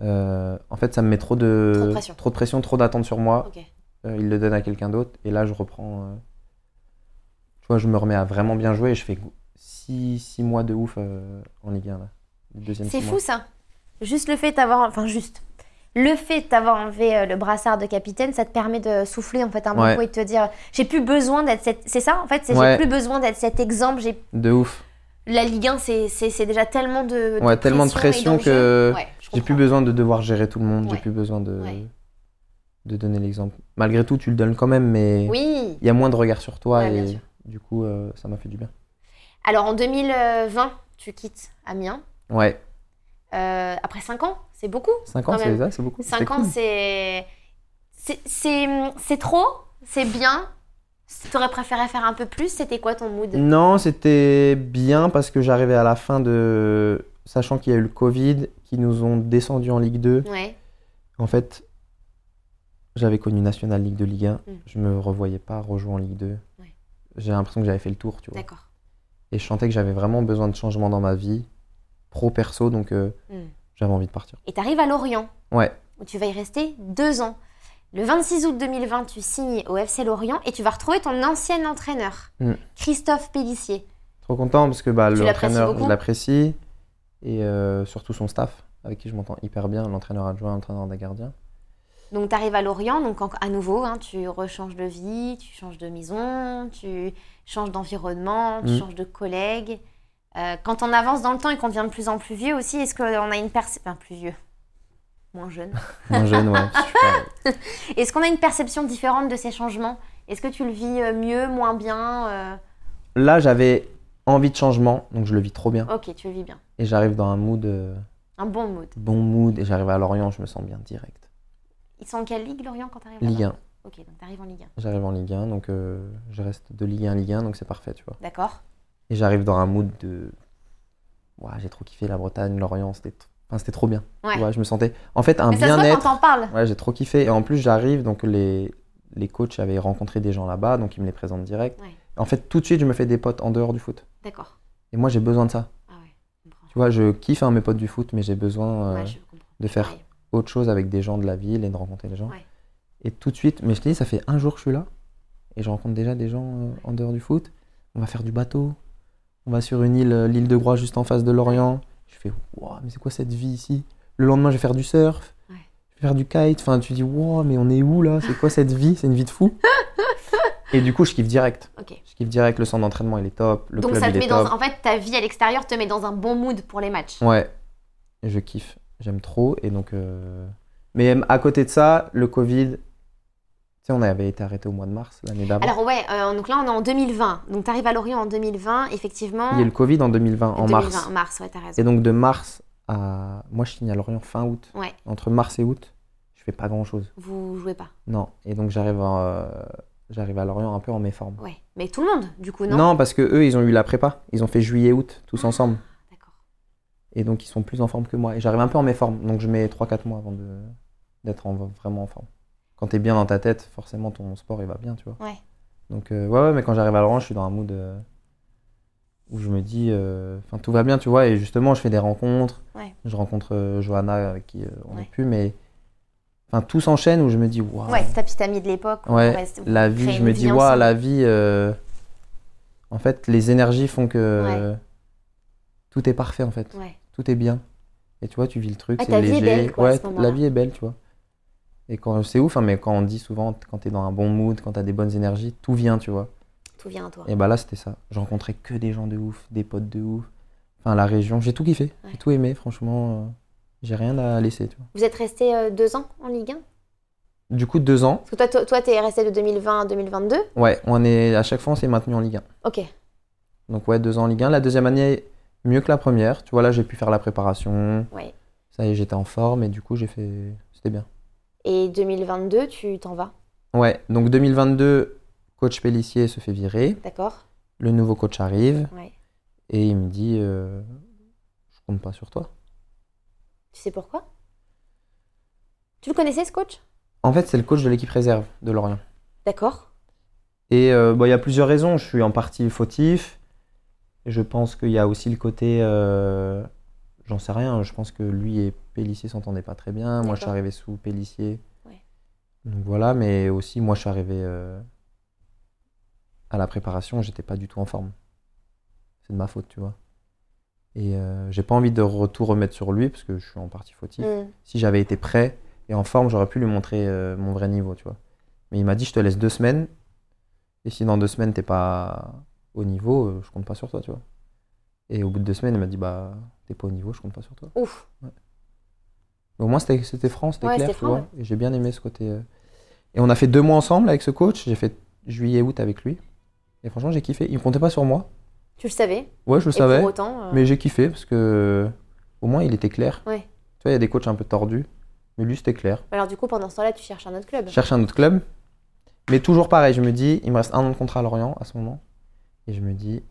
Euh, en fait, ça me met trop de, Trop de pression. trop pression, trop d'attente sur moi. Ok. Euh, il le donne à quelqu'un d'autre et là, je reprends. euh, tu vois, je me remets à vraiment bien jouer et je fais six, six mois de ouf euh, en Ligue 1 là. Le Deuxième C'est six fou mois. ça. Juste le fait d'avoir, enfin juste, le fait d'avoir enlevé euh, le brassard de capitaine, ça te permet de souffler en fait un Ouais. bon coup et de te dire, j'ai plus besoin d'être cette, c'est ça en fait, c'est Ouais. j'ai plus besoin d'être cet exemple. J'ai De ouf. la Ligue 1, c'est c'est- c'est déjà tellement de, Ouais, tellement de et pression d'enjeux. que Ouais, je J'ai plus comprends. besoin de devoir gérer tout le monde, j'ai Ouais. plus besoin de, Ouais. de donner l'exemple. Malgré tout, tu le donnes quand même, mais il Oui. y a moins de regard sur toi Ouais, bien et sûr. du coup, euh, ça m'a fait du bien. Alors en 2020, tu quittes Amiens Ouais, euh, après 5 ans, c'est beaucoup. 5 ans, Quand c'est même. ça, c'est beaucoup. 5 c'était ans, cool. c'est c'est c'est c'est trop, c'est bien. T'aurais préféré faire un peu plus. C'était quoi ton mood Non, c'était bien parce que j'arrivais à la fin de. Sachant qu'il y a eu le Covid, qui nous ont descendus en Ligue 2. Ouais. En fait, j'avais connu National Ligue 2, Ligue 1. Mm. Je me revoyais pas rejouer en Ligue 2. Ouais. J'ai l'impression que j'avais fait le tour, tu vois. D'accord. Et je sentais que j'avais vraiment besoin de changement dans ma vie, pro-perso, donc euh, Mm. j'avais envie de partir. Et t'arrives à Lorient, Ouais, où tu vas y rester deux ans. Le 26 août 2020, tu signes au FC Lorient et tu vas retrouver ton ancien entraîneur, Mm. Christophe Pellissier. trop content parce que bah, Tu l'apprécies l'entraîneur, je beaucoup l'apprécie, et euh, surtout son staff, avec qui je m'entends hyper bien, l'entraîneur adjoint, l'entraîneur des gardiens. Donc tu arrives à Lorient, donc en- à nouveau, hein, tu rechanges de vie, tu changes de maison, tu changes d'environnement, tu Mm. changes de collègues. Euh, quand on avance dans le temps et qu'on devient de plus en plus vieux aussi, est-ce qu'on a une perception... Enfin, plus vieux, moins jeune. Moins jeune, ouais. parce que je suis Est-ce qu'on a une perception différente de ces changements Est-ce que tu le vis euh, mieux, moins bien euh, pas- Là, j'avais envie de changement, donc je le vis trop bien. Ok, tu le vis bien. Et j'arrive dans un mood, euh, Un bon mood. bon mood, et j'arrive à Lorient, je me sens bien direct. Ils sont en quelle ligue, Lorient, quand t'arrives Ligue là-bas 1, Ok, donc t'arrives en Ligue 1. j'arrive en Ligue 1, donc euh, je reste de Ligue 1 à Ligue 1, donc c'est parfait, tu vois. D'accord. Et j'arrive dans un mood de. Ouah, j'ai trop kiffé la Bretagne, l'Orient, c'était t- enfin, c'était trop bien. Ouais. Tu vois, je me sentais. En fait, un Mais ça se voit quand bien-être. t'en parles. Ouais, j'ai trop kiffé. Et en plus, j'arrive, donc les... les coachs avaient rencontré des gens là-bas, donc ils me les présentent direct. Ouais. En fait, tout de suite, je me fais des potes en dehors du foot. D'accord. Et moi, j'ai besoin de ça. Ah ouais, je comprends. Tu vois, je kiffe hein, mes potes du foot, mais j'ai besoin euh, Ah Ouais, je comprends. de faire Pareil. autre chose avec des gens de la ville et de rencontrer des gens. Ouais. Et tout de suite, mais je te dis, ça fait un jour que je suis là et je rencontre déjà des gens euh, en dehors du foot. On va faire du bateau, on va sur une île, euh, l'île de Groix, juste en face de l'Orient. Je fais, waouh, mais c'est quoi cette vie ici Le lendemain, je vais faire du surf, Ouais. je vais faire du kite. Enfin, tu dis, waouh, mais on est où là C'est quoi cette vie C'est une vie de fou. et du coup, je kiffe direct. Ok. Je kiffe direct, le centre d'entraînement, il est top, le Donc club, ça il te est met top. dans. En fait, ta vie à l'extérieur te met dans un bon mood pour les matchs. Ouais, Et je kiffe, j'aime trop. Et donc, euh, mais euh, à côté de ça, le Covid, tu sais, on avait été arrêté au mois de mars l'année d'avant. Alors ouais, euh, donc là on est en 2020. Donc t'arrives à Lorient en 2020, effectivement. Il y a eu le Covid en 2020, en 2020, mars. ouais, t'as raison. Et donc de mars à, moi, je signe à Lorient fin août. Ouais. Entre mars et août, je fais pas grand chose. Vous jouez pas. Non. Et donc j'arrive, en, euh, j'arrive à Lorient un peu en méforme. Ouais. Mais tout le monde, du coup, non, Non, parce que eux, ils ont eu la prépa. Ils ont fait juillet-août tous Ah. ensemble. D'accord. Et donc ils sont plus en forme que moi. Et j'arrive un peu en méforme. Donc je mets 3-4 mois avant de- d'être en- vraiment en forme. Quand t'es bien dans ta tête, forcément ton sport il va bien, tu vois. Ouais. Donc euh, ouais, ouais, mais quand j'arrive à Laurent, je suis dans un mood euh, où je me dis, euh, enfin tout va bien, tu vois. Et justement, je fais des rencontres. Ouais. Je rencontre euh, Johanna avec qui euh, on n'est Ouais. plus, mais enfin tout s'enchaîne où je me dis, waouh. Ouais, c'est ta petite amie de l'époque. on Ouais, reste- vous La vie, créez je une me dis, waouh, ensemble. la vie. euh, En fait, les énergies font que euh, tout est parfait en fait Ouais. tout est bien. Et tu vois, tu vis le truc, Ouais, c'est Ah, ta vie est léger. belle, quoi, à ouais, ce moment-là. la vie est belle, tu vois. Et quand c'est ouf, hein, mais quand on dit souvent, t- quand t'es dans un bon mood, quand t'as des bonnes énergies, tout vient, tu vois. Tout vient à toi. Et bah là, c'était ça. Je rencontrais que des gens de ouf, des potes de ouf. Enfin, la région, j'ai tout kiffé, Ouais. j'ai tout aimé, franchement. euh, j'ai rien à laisser, tu vois. Vous êtes resté euh, deux ans en Ligue 1 Du coup, deux ans, Parce que toi, toi, toi, t'es resté de 2020 à 2022. ouais, on est à chaque fois, on s'est maintenu en Ligue 1. Ok. Donc ouais, deux ans en Ligue 1. La deuxième année, Mieux que la première. Tu vois, là, j'ai pu faire la préparation. Ouais. Ça y est, j'étais en forme et du coup, j'ai fait. C'était bien. Et 2022, tu t'en vas, Ouais, donc 2022, coach Pellissier se fait virer. d'accord Le nouveau coach arrive Ouais. et il me dit euh, Je compte pas sur toi. Tu sais pourquoi Tu le connaissais, ce coach En fait, c'est le coach de l'équipe réserve de Lorient. D'accord. Et euh, bon, il y a plusieurs raisons. Je suis en partie fautif. Je pense qu'il y a aussi le côté. euh, J'en sais rien. Je pense que lui et Pellissier s'entendaient pas très bien. Moi, je suis D'accord. arrivé sous Pellissier. Ouais. Donc voilà, mais aussi, moi, je suis arrivé euh, à la préparation. J'étais pas du tout en forme. C'est de ma faute, tu vois. Et euh, j'ai pas envie de re- tout remettre sur lui parce que je suis en partie fautif. Mm. Si j'avais été prêt et en forme, j'aurais pu lui montrer euh, mon vrai niveau, tu vois. Mais il m'a dit, je te laisse deux semaines. Et si dans deux semaines, t'es pas au niveau, euh, je compte pas sur toi, tu vois. Et au bout de deux semaines, il m'a dit, bah, t'es pas au niveau, je compte pas sur toi. Ouf. Mais au moins, c'était c'était franc, c'était Ouais, clair, c'était tu franc, vois. Et j'ai bien aimé ce côté. euh. Et on a fait deux mois ensemble avec ce coach. J'ai fait juillet-août avec lui. Et franchement, j'ai kiffé. Il comptait pas sur moi. Tu le savais Ouais, je le Et savais. pour autant, euh, Mais j'ai kiffé parce que au moins, il était clair. Ouais. Tu vois, il y a des coachs un peu tordus. Mais lui, c'était clair. alors du coup, pendant ce temps-là, tu cherches un autre club. Je cherche un autre club. Mais toujours pareil, je me dis, il me reste un an de contrat à Lorient à ce moment. Et je me dis,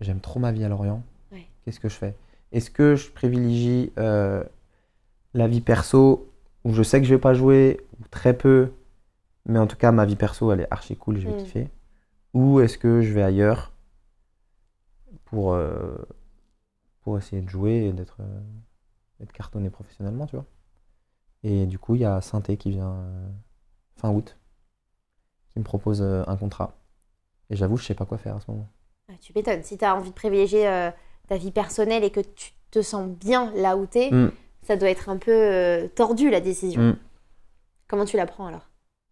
j'aime trop ma vie à Lorient. Ouais. Qu'est-ce que je fais Est-ce que je privilégie euh, la vie perso où je sais que je vais pas jouer, ou très peu, mais en tout cas ma vie perso elle est archi cool, je vais Mm. kiffer. Ou est-ce que je vais ailleurs pour, euh, pour essayer de jouer et d'être euh, d'être cartonné professionnellement, tu vois Et du coup, il y a Synthé qui vient euh, fin août, qui me propose euh, un contrat. Et j'avoue, je sais pas quoi faire à ce moment. Ah, tu m'étonnes. Si tu as envie de privilégier euh, ta vie personnelle et que tu te sens bien là où t'es, Mm. ça doit être un peu euh, tordu la décision. Mm. Comment tu la prends alors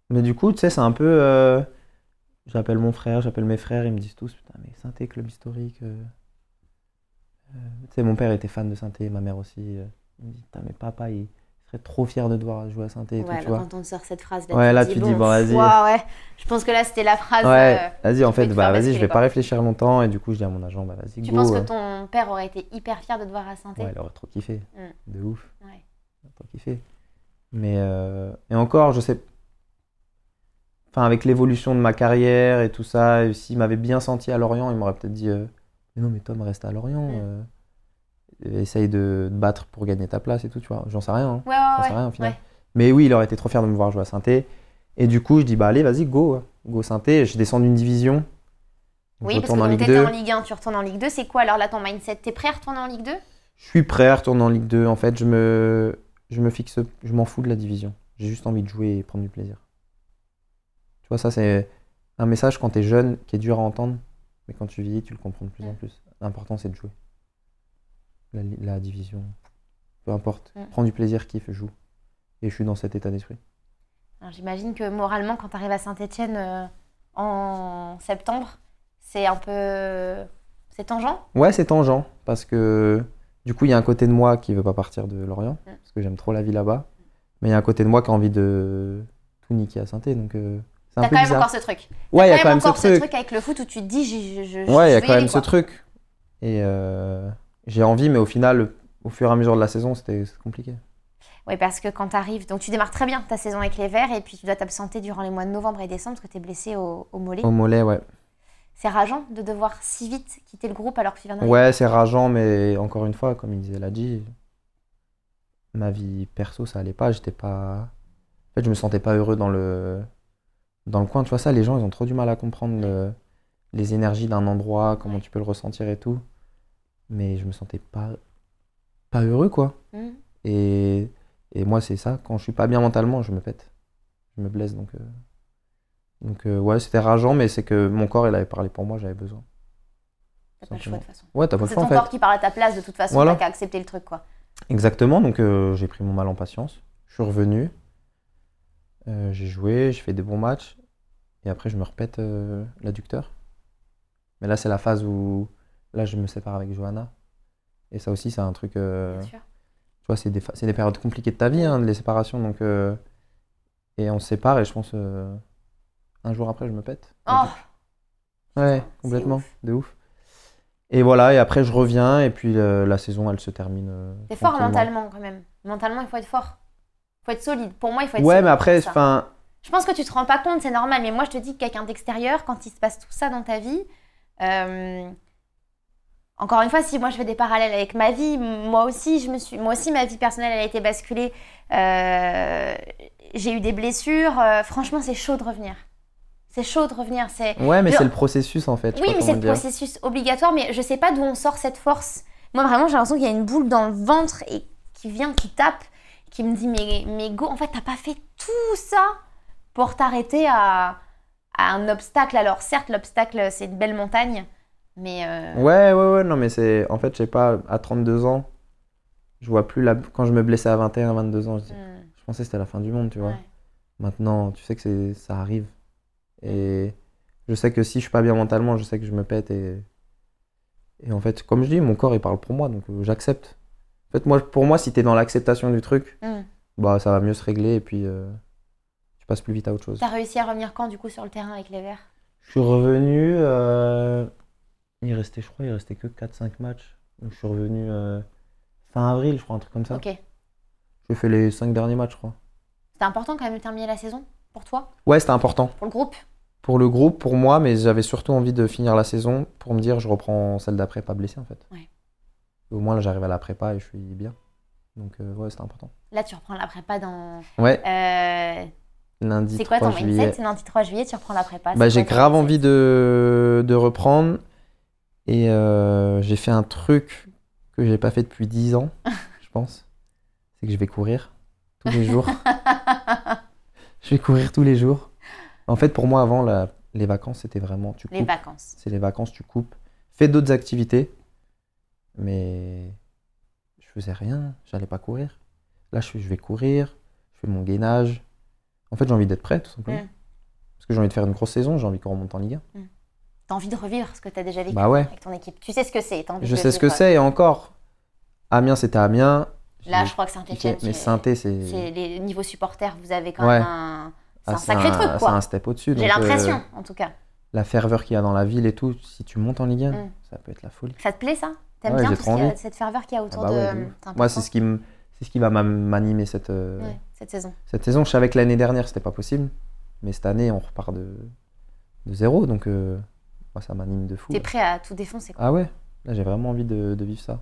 Mais du coup, tu sais, c'est un peu. euh, j'appelle mon frère, j'appelle mes frères, ils me disent tous Putain, mais Synthé, club historique. euh, euh, Tu sais, mon père était fan de Synthé, ma mère aussi. euh, il me dit Putain, mais papa, il serait trop fier de devoir jouer à Synthé. et Ouais, tout, alors tu vois. quand on te sort cette phrase là, Ouais, tu, là, te dis, tu bon, dis, bon, vas-y. ouah, ouais. Je pense que là, c'était la phrase. euh, Ouais, vas-y, en peux fait, te bah faire vas-y, je basculer, vais quoi. pas réfléchir longtemps. Et du coup, je dis à mon agent Bah vas-y, tu go. penses que euh. ton père aurait été hyper fier de te voir à saint Ouais, elle aurait trop kiffé. Mm. De ouf. Ouais. Elle aurait trop kiffé. Mais euh, et encore, je sais. Enfin, avec l'évolution de ma carrière et tout ça, et s'il m'avait bien senti à Lorient, il m'aurait peut-être dit euh, Mais non, mais Tom, reste à Lorient. Mm. euh, essaye de te battre pour gagner ta place et tout, tu vois. J'en sais rien. hein. Ouais, ouais, J'en Ah ouais. sais rien au final. ouais. Mais oui, il aurait été trop fier de me voir jouer à Synthé. Et du coup, je dis Bah, allez, vas-y, go. hein. Go Synthé. Je descends d'une division. Donc, Oui, parce je que retourne en donc, Ligue t'étais 2. en Ligue 1, tu retournes en Ligue 2. C'est quoi alors là ton mindset T'es prêt à retourner en Ligue 2 Je suis prêt à retourner en Ligue 2. En fait, je me, je me fixe, je m'en fous de la division. J'ai juste envie de jouer et prendre du plaisir. Tu vois, ça, c'est un message quand t'es jeune qui est dur à entendre, mais quand tu vieillis, tu le comprends de plus en Mm. plus. L'important, c'est de jouer. La, li- la division, peu importe. Mm. Prends du plaisir, kiffe, joue. Et je suis dans cet état d'esprit. Alors, J'imagine que moralement, quand tu arrives à Saint-Etienne en septembre, c'est un peu. C'est tangent Ouais, c'est tangent, parce que du coup, il y a un côté de moi qui veut pas partir de Lorient, Mm. parce que j'aime trop la vie là-bas, mais il y a un côté de moi qui a envie de tout niquer à Saint-Étienne, donc euh, c'est un T'as peu quand même bizarre. encore ce truc. Ouais, il y T'as a quand même ce encore truc. avec le foot où tu te dis, je. je, je- Ouais, il y je vais a quand y même aller, ce quoi. truc. Et euh, j'ai envie, mais au final, au fur et à mesure de la saison, c'était c'était compliqué. Oui, parce que quand tu arrives, donc tu démarres très bien ta saison avec les Verts et puis tu dois t'absenter durant les mois de novembre et décembre parce que tu es blessé au, au mollet. Au mollet, ouais. C'est rageant de devoir si vite quitter le groupe alors que tu viens d'arriver. Ouais, c'est rageant, mais encore une fois, comme il disait Ladji, ma vie perso, ça allait pas. J'étais pas. En fait, je me sentais pas heureux dans le dans le coin. Tu vois ça, les gens, ils ont trop du mal à comprendre le- les énergies d'un endroit, comment tu peux le ressentir et tout. Mais je me sentais pas pas heureux, quoi. Mhm. Et, et moi, c'est ça. Quand je suis pas bien mentalement, je me pète. Je me blesse. Donc, euh, donc euh, ouais, c'était rageant, mais c'est que mon corps, il avait parlé pour moi, j'avais besoin. T'as pas le choix de toute façon. Ouais, t'as pas le C'est choix, ton en fait. corps qui parle à ta place de toute façon, Voilà. t'as qu'à accepter le truc quoi. Exactement. Donc, euh, j'ai pris mon mal en patience. Je suis revenu. Euh, j'ai joué, j'ai fait des bons matchs. Et après, je me repète euh, l'adducteur. Mais là, c'est la phase où. Là, je me sépare avec Johanna. Et ça aussi, c'est un truc. euh, Bien sûr. tu vois, c'est des, fa- c'est des périodes compliquées de ta vie, hein, les séparations. Donc, euh, et on se sépare, et je pense, euh, un jour après, je me pète. Oh, ouais, c'est complètement, ouf. de ouf. Et voilà, et après je reviens, et puis euh, la saison, elle se termine. euh, T'es fort tranquillement. mentalement quand même. Mentalement, il faut être fort. Il faut être solide. Pour moi, il faut être Ouais, solide mais après, pour ça. enfin, Je pense que tu te rends pas compte, c'est normal. Mais moi, je te dis que quelqu'un d'extérieur, quand il se passe tout ça dans ta vie, euh, encore une fois, si moi je fais des parallèles avec ma vie, moi aussi, je me suis, moi aussi, ma vie personnelle, elle a été basculée. Euh, J'ai eu des blessures. Euh, franchement, c'est chaud de revenir. C'est chaud de revenir. C'est ouais, mais Genre- c'est le processus en fait. je sais oui, pas mais c'est comment le dire. processus obligatoire, mais je sais pas d'où on sort cette force. Moi, vraiment, j'ai l'impression qu'il y a une boule dans le ventre et qui vient, qui tape, qui me dit Mais, mais go, en fait, t'as pas fait tout ça pour t'arrêter à, à un obstacle. Alors, certes, l'obstacle, c'est une belle montagne, mais. euh, Ouais, ouais, ouais, non, mais c'est. En fait, je sais pas, à 32 ans, je vois plus la. Quand je me blessais à 21, 22 ans, je, dis- hmm, je pensais que c'était la fin du monde, tu vois. ouais. Maintenant, tu sais que c'est- ça arrive. Et je sais que si je suis pas bien mentalement, je sais que je me pète. Et, et en fait, comme je dis, mon corps, il parle pour moi, donc euh, j'accepte. En fait, moi, pour moi, si t'es dans l'acceptation du truc, Hmm. bah ça va mieux se régler et puis euh, tu passes plus vite à autre chose. T'as réussi à revenir quand, du coup, sur le terrain avec les Verts Je suis revenu. euh, Il restait, je crois, il restait que 4-5 matchs. Donc je suis revenu euh, fin avril, je crois, un truc comme ça. Ok. C'était J'ai fait les 5 derniers matchs, je crois. important quand même de terminer la saison pour toi, Ouais, c'était important. pour le groupe Pour le groupe, pour moi, mais j'avais surtout envie de finir la saison pour me dire je reprends celle d'après, pas blessé en fait. Ouais. Et au moins là, j'arrive à la prépa et je suis bien. Donc euh, ouais, c'était important. Là, tu reprends la prépa dans. Ouais, euh, lundi c'est quoi 3 ton mindset juillet. C'est lundi 3 juillet, tu reprends la prépa. Bah, Ah, c'est j'ai quoi ton grave mindset envie de, de reprendre. Et euh, j'ai fait un truc que j'ai pas fait depuis 10 ans, je pense. C'est que je vais courir tous les jours. je vais courir tous les jours. En fait, pour moi, avant, la- les vacances, c'était vraiment tu Les coupes. vacances. C'est les vacances, tu coupes. Fais d'autres activités. Mais je faisais rien, j'allais pas courir. Là, je, fais- je vais courir, je fais mon gainage. En fait, j'ai envie d'être prêt, tout simplement. Mm. Parce que j'ai envie de faire une grosse saison, j'ai envie qu'on remonte en Ligue 1. T'as envie de revivre ce que t'as déjà vécu Bah ouais. avec ton équipe. Tu sais ce que c'est. t'as envie Je de sais le ce que vivre. euh, c'est, et encore. Amiens, c'était Amiens. Là, J'ai je crois que piqué, Saint-Etienne. Mais Sainté, c'est C'est les niveaux supporters, vous avez quand Ouais. même un. C'est ah, un sacré truc, C'est quoi. un step au-dessus. J'ai donc, euh, l'impression, en tout cas. la ferveur qu'il y a dans la ville et tout, si tu montes en Ligue 1, Mm. ça peut être la folie. Ça te plaît, ça T'aimes Ouais, bien j'ai tout trop ce qu'il y a- envie. cette ferveur qu'il y a autour Ah bah ouais, de de. euh, ouf. Moi, c'est important. ce qui me- c'est ce qui va m'am- m'animer cette, euh, Ouais, cette saison. cette saison. Je savais que l'année dernière, c'était pas possible. Mais cette année, on repart de, de zéro. Donc, euh, moi, ça m'anime de fou. T'es là. prêt à tout défoncer, quoi. Ah ouais, là, j'ai vraiment envie de, de vivre ça.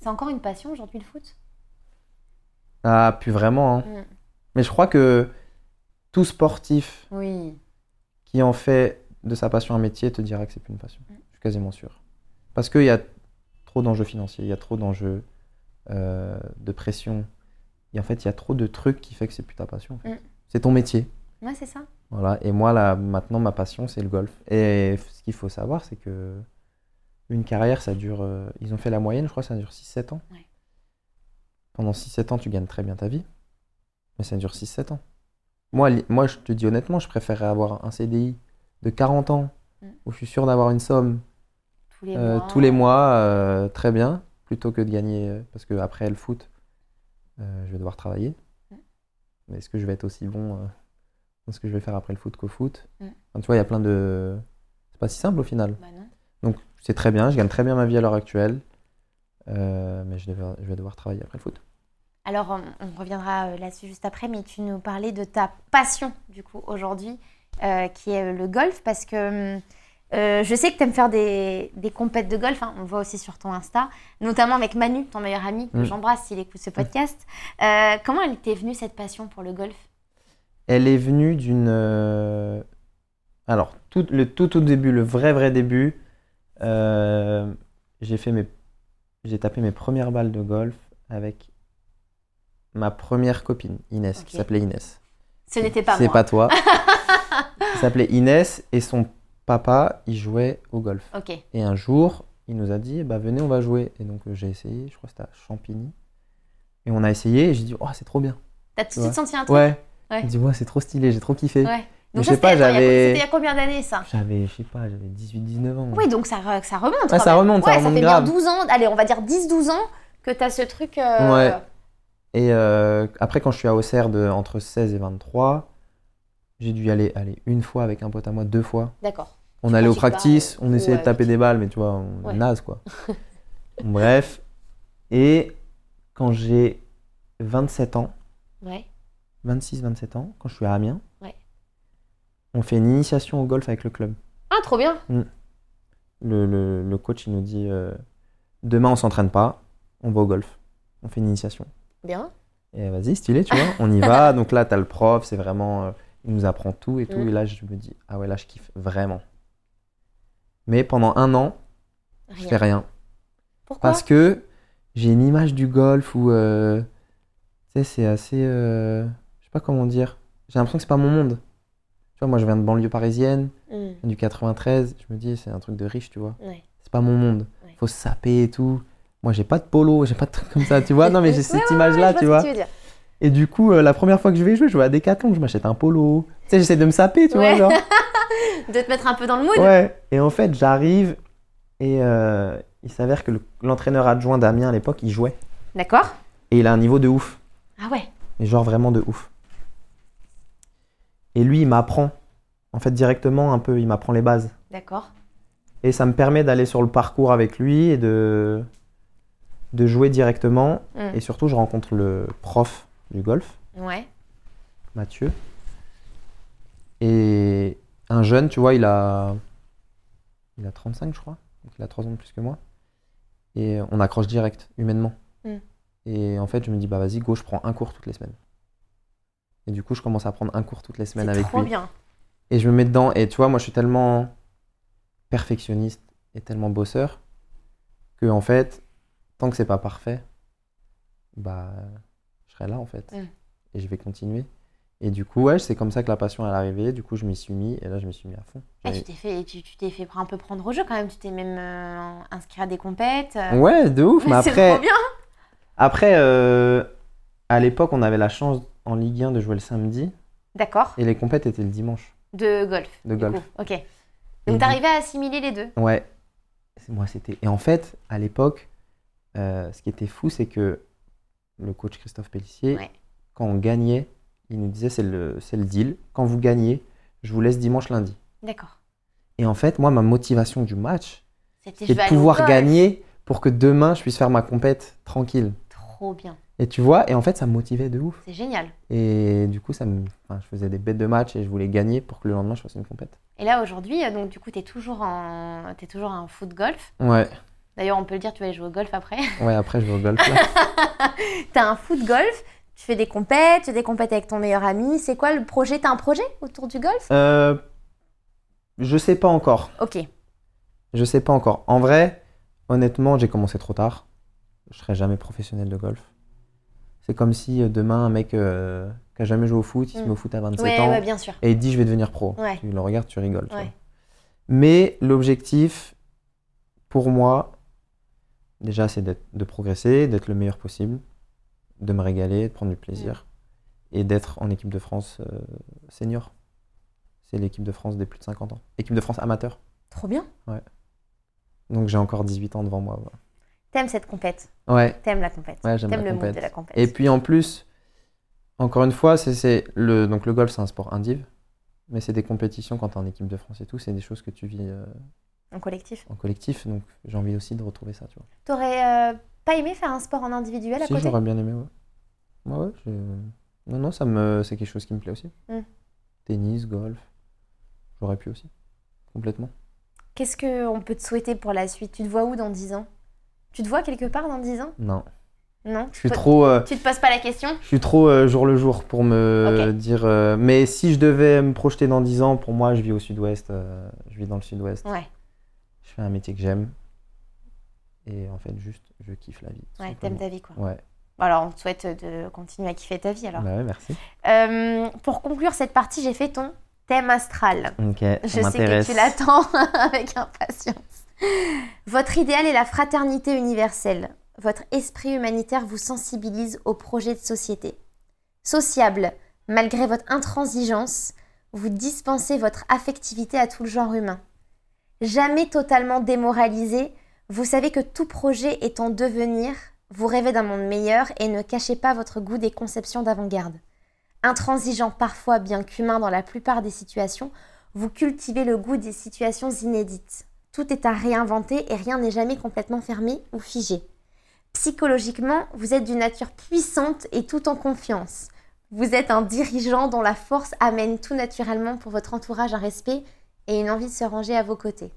C'est encore une passion aujourd'hui, le foot Ah, puis vraiment. hein. Mm. Mais je crois que tout sportif Oui. qui en fait de sa passion un métier te dira que c'est plus une passion. Je suis quasiment sûr. Parce qu'il y a trop d'enjeux financiers, il y a trop d'enjeux euh, de pression. Et en fait, il y a trop de trucs qui fait que c'est plus ta passion. en fait. Mm. C'est ton métier. Ouais, c'est ça. Voilà. Et moi, là, maintenant, ma passion, c'est le golf. Et f- ce qu'il faut savoir, c'est que une carrière, ça dure. euh, ils ont fait la moyenne, je crois, ça dure 6-7 ans. Ouais. Pendant 6-7 ans, tu gagnes très bien ta vie. Mais ça dure 6-7 ans. Moi, li- moi, je te dis honnêtement, je préférerais avoir un CDI de 40 ans Mm. où je suis sûr d'avoir une somme Tous les euh, mois. Bah tous les mois euh, très bien, plutôt que de gagner. euh, Parce que après le foot, euh, je vais devoir travailler. Mm. Mais est-ce que je vais être aussi bon euh, dans ce que je vais faire après le foot qu'au foot Mm. Enfin, Tu vois, il y a plein de. C'est pas si simple au final. Bah non. Donc c'est très bien, je gagne très bien ma vie à l'heure actuelle. euh, mais je, devais- je vais devoir travailler après le foot. Alors, on, on reviendra euh, là-dessus juste après, mais tu nous parlais de ta passion, du coup, aujourd'hui, euh, qui est euh, le golf, parce que hum, euh, je sais que tu aimes faire des, des compètes de golf, hein, on le voit aussi sur ton Insta, notamment avec Manu, ton meilleur ami, que Mm. j'embrasse s'il écoute ce podcast. Euh, comment elle t'est venue, cette passion pour le golf Elle est venue d'une. euh, Alors, tout, le tout, tout début, le vrai, vrai début, euh, j'ai fait mes. J'ai tapé mes premières balles de golf avec ma première copine, Inès, qui Ok. s'appelait Inès. Ce n'était pas C'est moi. pas toi. qui s'appelait Inès et son papa, il jouait au golf. Ok, Et un jour, il nous a dit, bah venez, on va jouer. Et donc euh, j'ai essayé, je crois que c'était à Champigny. Et on a essayé et j'ai dit, oh, c'est trop bien. t'as tout de Ouais. suite senti un truc Ouais. Ouais. Il dit, ouais, c'est trop stylé, j'ai trop kiffé. Ouais. Mais Donc je ça, sais c'était attends, il y pas, a- j'avais. c'était il y a combien d'années, ça J'avais, je sais pas, j'avais 18-19 ans. Oui, donc ça, re- ça remonte. Ah, quand ça même. remonte, ça ouais, remonte fait grave. bien 12 ans, allez, on va dire 10-12 ans que t'as ce truc... euh, Ouais. Et euh, après, quand je suis à Auxerre de entre 16 et 23, j'ai dû y aller, aller une fois avec un pote à moi, deux fois. D'accord. On allait au pratiques pas, practice, euh, on ou essayait de avec- taper des balles, mais tu vois, on Ouais. naze quoi. Bref. Et quand j'ai 27 ans, Ouais. 26-27 ans, quand je suis à Amiens, Ouais. on fait une initiation au golf avec le club. Ah, trop bien. Le, le- le coach, il nous dit euh, Demain, on s'entraîne pas, on va au golf. On fait une initiation. Bien. Et Eh, vas-y, stylé, tu vois, on y va. Donc là, t'as le prof, c'est vraiment. euh, il nous apprend tout et tout. Mm. Et là, je me dis Ah ouais, là, je kiffe vraiment. Mais pendant un an, je fais Rien. rien. Pourquoi Parce que j'ai une image du golf où. euh, tu sais, c'est assez. euh, je sais pas comment dire. J'ai l'impression que c'est pas mon monde. Tu vois, moi, je viens de banlieue parisienne, Hmm, du 93. Je me dis, c'est un truc de riche, tu vois. ouais. C'est pas mon monde. Ouais. Faut se saper et tout. Moi, j'ai pas de polo, j'ai pas de trucs comme ça, tu vois. Non, mais j'ai cette image-là, Ouais, je tu vois vois. ce que tu veux dire. Et du coup, euh, la première fois que je vais jouer, je vais à Decathlon, je m'achète un polo. Tu sais, j'essaie de me saper, tu Ouais. vois. Genre. De te mettre un peu dans le mood. Ouais. Et en fait, j'arrive et euh, il s'avère que le- l'entraîneur adjoint d'Amiens à l'époque, il jouait. D'accord Et il a un niveau de ouf. Ah ouais. Mais genre vraiment de ouf. Et lui, il m'apprend. En fait, directement, un peu, il m'apprend les bases. D'accord. Et ça me permet d'aller sur le parcours avec lui et de, de jouer directement. Mm. Et surtout, je rencontre le prof du golf, Ouais. Mathieu. Et un jeune, tu vois, il a, il a 35, je crois. Donc, il a 3 ans de plus que moi. Et on accroche direct, humainement. Mm. Et en fait, je me dis, bah vas-y, go, je prends un cours toutes les semaines. Et du coup, je commence à prendre un cours toutes les semaines C'est avec trop lui. bien. Et je me mets dedans. Et tu vois, moi, je suis tellement perfectionniste et tellement bosseur que, en fait, tant que c'est pas parfait, bah, je serai là, en fait. Mm. Et je vais continuer. Et du coup, ouais, c'est comme ça que la passion, elle est arrivée. Du coup, je m'y suis mis. Et là, je m'y suis mis à fond. Eh, J'avais- tu t'es fait, tu, tu t'es fait un peu prendre au jeu quand même. Tu t'es même euh, inscrit à des compètes. euh. Ouais, de ouf. Mais C'est trop après, bien. après euh, à l'époque, on avait la chance en Ligue 1 de jouer le samedi. D'accord. Et les compètes étaient le dimanche De golf. de du golf. Mhm. coup. Ok. Et Donc du- t'arrivais à assimiler les deux. Ouais. C'est- Moi, c'était. Et en fait, à l'époque, euh, ce qui était fou, c'est que le coach Christophe Pellissier, Ouais. quand on gagnait, il nous disait c'est le, c'est le deal. Quand vous gagnez, je vous laisse dimanche, lundi. D'accord. Et en fait, moi, ma motivation du match, C'était c'est je vais de aller au pouvoir golf. gagner pour que demain, je puisse faire ma compète tranquille. Trop bien. Et tu vois, et en fait, ça me motivait de ouf. C'est génial. Et du coup, ça me... enfin, je faisais des bêtes de match et je voulais gagner pour que le lendemain, je fasse une compète. Et là aujourd'hui, euh, donc du coup, t'es toujours en, t'es toujours en foot golf. Ouais, D'ailleurs, on peut le dire, tu vas aller jouer au golf après. ouais après, je vais au golf. là. T'as un foot golf, tu fais des compètes, tu fais des compètes avec ton meilleur ami. C'est quoi le projet T'as un projet autour du golf Euh, je sais pas encore. Ok. Je sais pas encore. En vrai, honnêtement, j'ai commencé trop tard. Je serai jamais professionnel de golf. C'est comme si euh, demain, un mec euh, qui a jamais joué au foot, il se Mm. met au foot à 27 Ouais, ans ouais, bien sûr. et il dit je vais devenir pro. Ouais. Tu le regardes, tu rigoles. tu Ouais. vois. Mais l'objectif, pour moi, déjà, c'est d'être- de progresser, d'être le meilleur possible, de me régaler, de prendre du plaisir Mm. et d'être en équipe de France euh, senior. C'est l'équipe de France des plus de 50 ans. Équipe de France amateur. Trop bien. Donc j'ai encore 18 ans devant moi. voilà. T'aimes cette compète. Ouais, T'aimes la compète. ouais, j'aime la T'aimes le monde compète. de la compète. Et puis en plus, encore une fois, c'est- c'est le donc le golf c'est un sport indiv, mais c'est des compétitions quand t'es en équipe de France et tout, c'est des choses que tu vis euh, En collectif. en collectif, donc j'ai envie aussi de retrouver ça, tu vois. T'aurais euh, pas aimé faire un sport en individuel à si côté j'aurais bien aimé, ouais. Ouais, ouais, je- non non, ça me c'est quelque chose qui me plaît aussi. Mm. Tennis, golf, j'aurais pu aussi, complètement. Qu'est-ce qu'on peut te souhaiter pour la suite Tu te vois où dans 10 ans Tu te vois quelque part dans 10 ans Non, Non je suis Toi- trop euh, Tu te poses pas la question Je suis trop euh, jour le jour pour me Ok. dire. euh, mais si je devais me projeter dans 10 ans, pour moi, je vis au sud-ouest. euh, je vis dans le sud-ouest. Ouais, Je fais un métier que j'aime. Et en fait, juste, je kiffe la vie. tout ouais simplement. t'aimes ta vie quoi. Ouais. Bon, alors on te souhaite de continuer à kiffer ta vie alors. Bah ouais, merci. Euh, pour conclure cette partie, j'ai fait ton thème astral. Ok, Je Euh, ça sais que m'intéresse. tu l'attends avec impatience. Votre idéal est la fraternité universelle. Votre esprit humanitaire vous sensibilise aux projets de société. Sociable, malgré votre intransigeance, vous dispensez votre affectivité à tout le genre humain. Jamais totalement démoralisé, vous savez que tout projet est en devenir, vous rêvez d'un monde meilleur et ne cachez pas votre goût des conceptions d'avant-garde. Intransigeant parfois bien qu'humain dans la plupart des situations, Vous cultivez le goût des situations inédites. Tout est à réinventer et rien n'est jamais complètement fermé ou figé. Psychologiquement, vous êtes d'une nature puissante et tout en confiance. Vous êtes un dirigeant dont la force amène tout naturellement pour votre entourage un respect et une envie de se ranger à vos côtés.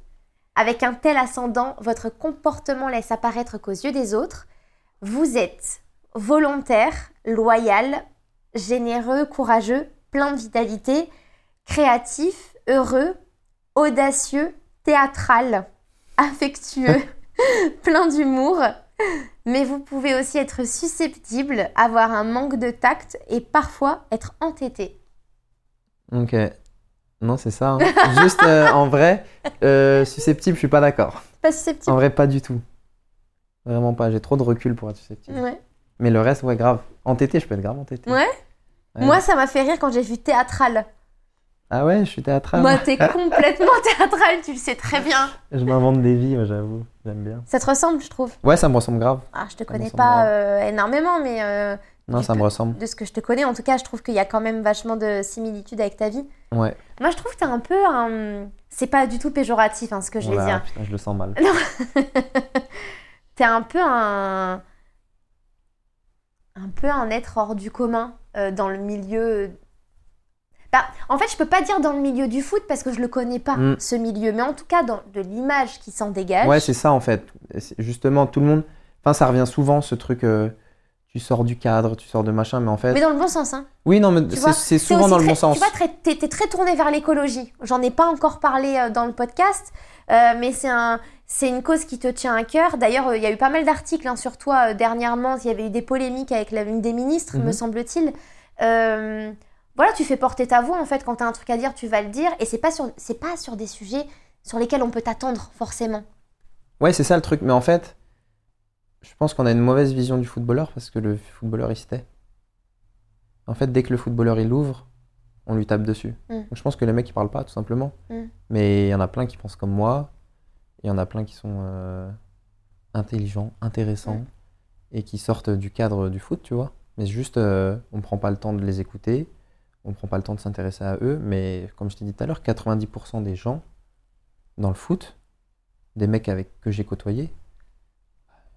Avec un tel ascendant, votre comportement laisse apparaître qu'aux yeux des autres, vous êtes volontaire, loyal, généreux, courageux, plein de vitalité, créatif, heureux, audacieux, théâtral, affectueux, plein d'humour. Mais vous pouvez aussi être susceptible, avoir un manque de tact et parfois être entêté. Ok. Non, c'est ça. hein. Juste euh, en vrai, euh, susceptible, je suis pas d'accord. Pas En susceptible. vrai, pas du tout. Vraiment pas. J'ai trop de recul pour être susceptible. Ouais. Mais le reste, ouais, grave. Entêté, je peux être grave entêté. Ouais. Ouais. Moi, ça m'a fait rire quand j'ai vu théâtral. Ah ouais, Ah. je suis théâtral. Moi, moi. t'es complètement théâtral, tu le sais très bien. Je m'invente des vies, moi, j'avoue. J'aime bien. Ça te ressemble, je trouve. Ouais, ça me ressemble grave. Ah, je te me connais semble pas grave. euh, énormément, mais euh, Non, Tu ça me peux- ressemble. de ce que je te connais, en tout cas, je trouve qu'il y a quand même vachement de similitudes avec ta vie. Ouais. Moi, je trouve que t'es un peu un... C'est pas du tout péjoratif, hein, ce que je vais Oula, dire. putain, je le sens Euh, mal. T'es un peu un... Un peu un être hors du commun euh, dans le milieu... Bah, en fait, je peux pas dire dans le milieu du foot parce que je le connais pas, Mm. ce milieu. Mais en tout cas, dans de l'image qui s'en dégage. Ouais, c'est ça en fait. C'est- Justement, tout le monde. Enfin, ça revient souvent ce truc. euh, tu sors du cadre, tu sors de machin, mais en fait. mais dans le bon sens, hein. Oui, non, mais Tu c'est vois, c'est T'es souvent aussi dans le très- bon sens. Tu vois, très- t'es t'es très tourné vers l'écologie. J'en ai pas encore parlé euh, dans le podcast, euh, mais c'est un, c'est une cause qui te tient à cœur. D'ailleurs, euh, il y a eu pas mal d'articles hein, sur toi euh, dernièrement. Il y avait eu des polémiques avec la- une des ministres, me Mhm. semble-t-il. Euh, voilà, tu fais porter ta voix en fait. Quand t'as un truc à dire, tu vas le dire. Et c'est pas sur, c'est pas sur des sujets sur lesquels on peut t'attendre forcément. Ouais, c'est ça le truc. Mais en fait, je pense qu'on a une mauvaise vision du footballeur parce que le footballeur, il se tait. En fait, dès que le footballeur, il ouvre, on lui tape dessus. Mm. Donc, je pense que le mec, il parle pas, tout simplement. Mm. Mais il y en a plein qui pensent comme moi. Il y en a plein qui sont euh, intelligents, intéressants et qui sortent du cadre du foot, tu vois. Mais juste, euh, on prend pas le temps de les écouter. On prend pas le temps de s'intéresser à eux. Mais comme je t'ai dit tout à l'heure, 90% des gens dans le foot, des mecs avec que j'ai côtoyés,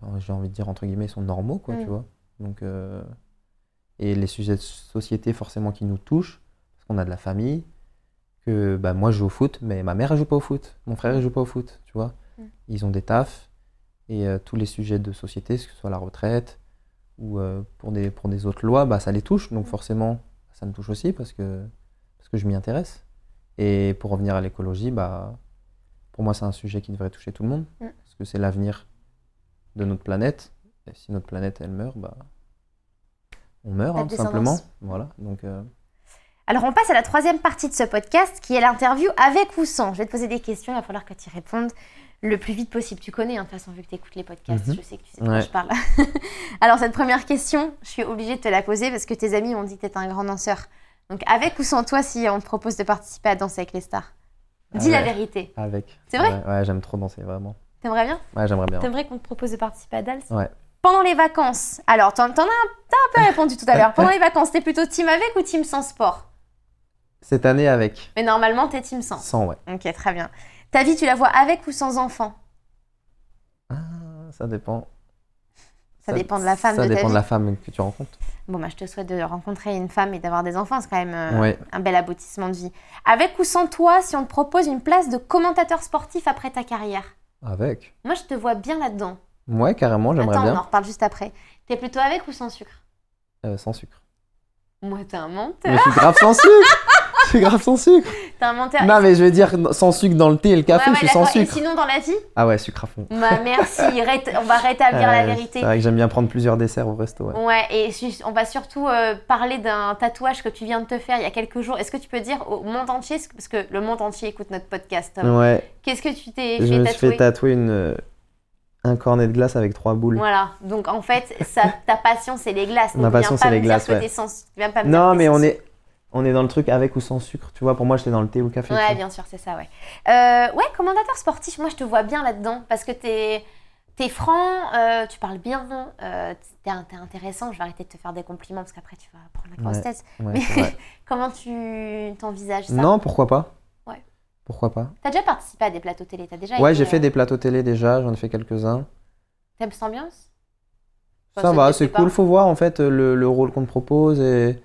euh, j'ai envie de dire entre guillemets, sont normaux, quoi, Mm. tu vois. Donc, euh, et les sujets de société forcément qui nous touchent, parce qu'on a de la famille, que bah, moi je joue au foot, mais ma mère elle joue pas au foot, mon frère il joue pas au foot, tu vois. Mm. Ils ont des tafs, et euh, tous les sujets de société, que ce soit la retraite ou euh, pour, des, pour des autres lois, bah, ça les touche, donc forcément ça me touche aussi parce que, parce que je m'y intéresse. Et pour revenir à l'écologie, bah, pour moi, c'est un sujet qui devrait toucher tout le monde, Mm. parce que c'est l'avenir de notre planète. Et si notre planète, elle meurt, bah, on meurt, Pas hein, de tout simplement. descendance. Voilà. Donc, euh, Alors on passe à la troisième partie de ce podcast qui est l'interview avec ou sans. Je vais te poser des questions, il va falloir que tu y répondes le plus vite possible. Tu connais, hein, de toute façon, vu que tu écoutes les podcasts, Mhm. je sais que tu sais de quoi Ouais. je parle. Alors cette première question, je suis obligée de te la poser parce que tes amis m'ont dit que tu un grand danseur. Donc avec ou sans toi si on te propose de participer à Danser avec les stars Ah Dis la ouais. vérité. avec. C'est vrai Ouais, ouais, j'aime trop danser, vraiment. T'aimerais bien Ouais, j'aimerais bien. T'aimerais qu'on te propose de participer à Dals Ouais. Pendant les vacances, alors t'en t'en as, un- t'as un peu répondu tout à l'heure. Pendant les vacances, t'es plutôt team avec ou team sans sport Cette année, avec. Mais normalement, t'es team sans. 100, ouais. Ok, très bien. Ta vie, tu la vois avec ou sans enfant Ah, ça dépend. Ça dépend de la femme Ça de ta dépend vie. de la femme que tu rencontres. Bon, bah, je te souhaite de rencontrer une femme et d'avoir des enfants. C'est quand même euh, Ouais. un bel aboutissement de vie. Avec ou sans toi, si on te propose une place de commentateur sportif après ta carrière Avec. Moi, je te vois bien là-dedans. Ouais, carrément, j'aimerais Attends, on en bien. reparle juste après. T'es plutôt avec ou sans sucre Euh, sans sucre. Moi, t'es un menteur. Mais je suis grave sans sucre Je suis grave sans sucre T'es un menteur. Non, mais je veux dire, sans sucre dans le thé et le café, Ouais, ouais, je suis sans d'accord. Et sucre. sinon, dans la vie Ah ouais, sucre à fond. Bah, merci. rét- On va rétablir la Euh, vérité. C'est vrai que j'aime bien prendre plusieurs desserts au resto. ouais. Ouais, et su- on va surtout euh, parler d'un tatouage que tu viens de te faire il y a quelques jours. Est-ce que tu peux dire au monde entier, ce que- parce que le monde entier écoute notre podcast, Tom. Ouais, qu'est-ce que tu t'es je fait me suis tatouer fait tatouer une, euh, un cornet de glace avec trois boules. Voilà, donc en fait, ça, ta passion c'est les glaces. Ma Donc, viens passion, pas c'est me les dire glaces, que ouais. t'es sans- viens pas me dire non, que mais t'es on sans- est, on est dans le truc avec ou sans sucre. Tu vois, pour moi, j'étais dans le thé ou le café. tu Ouais, vois. bien sûr, c'est ça, ouais. Euh, ouais, commentateur sportif, moi je te vois bien là-dedans parce que t'es es franc, euh, tu parles bien, euh, t'es t'es intéressant. Je vais arrêter de te faire des compliments parce qu'après tu vas prendre la grosse Ouais. tête. Ouais, Mais c'est vrai. comment tu t'envisages ça non, pourquoi pas Ouais. Pourquoi pas T'as déjà participé à des plateaux télé T'as déjà Ouais, été, j'ai fait euh, des plateaux télé déjà, j'en ai fait quelques-uns. T'aimes cette ambiance Enfin, Ça te va, déplaît c'est pas cool. Faut voir en fait le, le rôle qu'on te propose et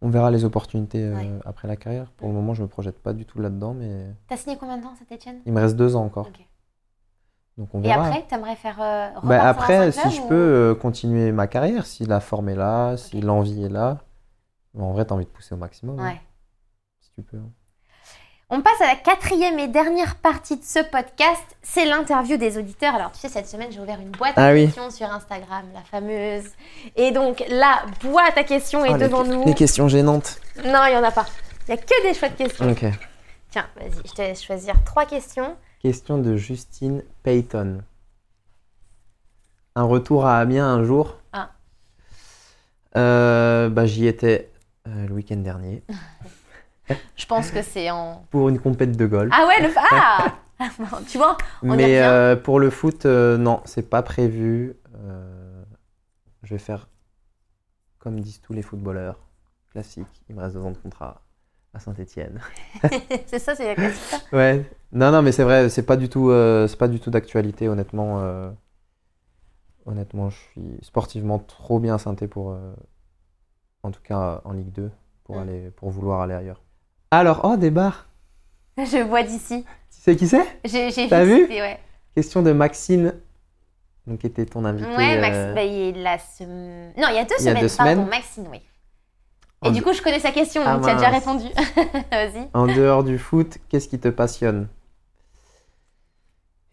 on verra les opportunités euh, Ouais. après la carrière. Pour le moment, je me projette pas du tout là-dedans, mais T'as signé combien de temps cette Étienne il me reste deux ans encore. Ok. Donc on Et verra. après, t'aimerais faire. euh, Bah, repartir dans un après, si club je ou- peux euh, continuer ma carrière, si la forme est là, si Ok. l'envie est là, bah, en vrai, t'as envie de pousser au maximum, hein, Ouais. si tu peux. hein. On passe à la quatrième et dernière partie de ce podcast, c'est l'interview des auditeurs. Alors tu sais, cette semaine j'ai ouvert une boîte Ah à oui. questions sur Instagram, la fameuse. Et donc la boîte à questions est Ah, les, devant nous. les questions gênantes. Non, il n'y en a pas. Il n'y a que des choix de questions. Ok. Tiens, vas-y, je te laisse choisir trois questions. Question de Justine Payton. Un retour à Amiens un jour. Ah. Euh, bah, j'y étais euh, le week-end dernier Je pense que c'est en... pour une compète de golf. Ah ouais, le... Ah Bon, Tu vois on y Mais revient. euh, pour le foot, euh, non, c'est pas prévu. Euh, je vais faire comme disent tous les footballeurs, classique. Il me reste deux ans de contrat à Saint-Étienne. C'est ça, c'est la question. Ouais. Non, non, mais c'est vrai, c'est pas du tout, euh, c'est pas du tout d'actualité, honnêtement. euh, honnêtement, je suis sportivement trop bien synthé pour, euh, en tout cas euh, en Ligue 2, pour Ouais. aller, pour vouloir aller ailleurs. Alors, oh, des bars. Je vois d'ici. Tu sais qui c'est? J'ai j'ai T'as que vu c'était- ouais. Question de Maxime, donc qui était ton invité. Ouais, Max, euh, bah, il est la semaine... Non, il y a deux il y a semaines, deux semaines. pardon, Maxine, oui. Et En du coup, je connais sa question, Ah, donc tu as déjà mince. répondu. Vas-y. En dehors du foot, qu'est-ce qui te passionne?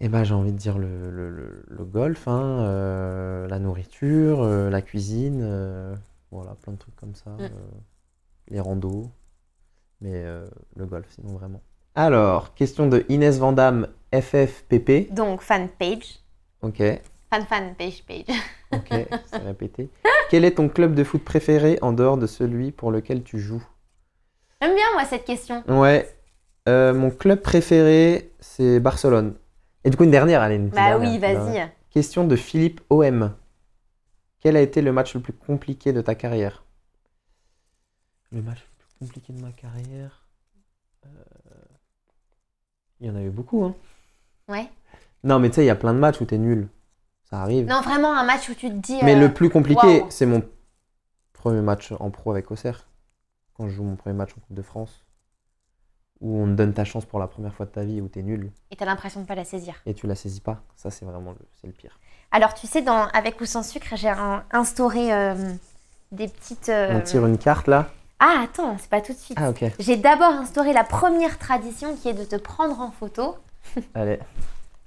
Eh ben, j'ai envie de dire le, le- le- le golf, hein, euh, la nourriture, euh, la cuisine, euh, voilà, plein de trucs comme ça, euh, les randos, mais euh, le golf, sinon vraiment. Alors, question de Inès Vandamme, FFPP. Donc, fan page. Ok, Fan, fan, page, page. ok, c'est répété. Quel est ton club de foot préféré en dehors de celui pour lequel tu joues? J'aime bien, moi, cette question. Ouais. Euh, mon club préféré, c'est Barcelone. Et du coup, une dernière, allez, une petite Bah dernière, oui, une petite dernière. vas-y. Question de Philippe OM. Quel a été le match le plus compliqué de ta carrière Le match le plus compliqué de ma carrière Euh, Il y en a eu beaucoup, hein. Ouais. Non, mais tu sais, il y a plein de matchs où t'es nul. Ça arrive. Non, vraiment, un match où tu te dis... mais euh, le plus compliqué, waouh. c'est mon premier match en pro avec Auxerre. Quand je joue mon premier match en Coupe de France. Où on te donne ta chance pour la première fois de ta vie, où t'es nul. Et t'as l'impression de pas la saisir. et tu la saisis pas. Ça, c'est vraiment le, c'est le pire. Alors, tu sais, dans Avec ou sans sucre, j'ai un- instauré euh, des petites. euh, On tire une carte là. Ah, attends, c'est pas tout de suite. Ah, ok. J'ai d'abord instauré la première tradition qui est de te prendre en photo. Allez.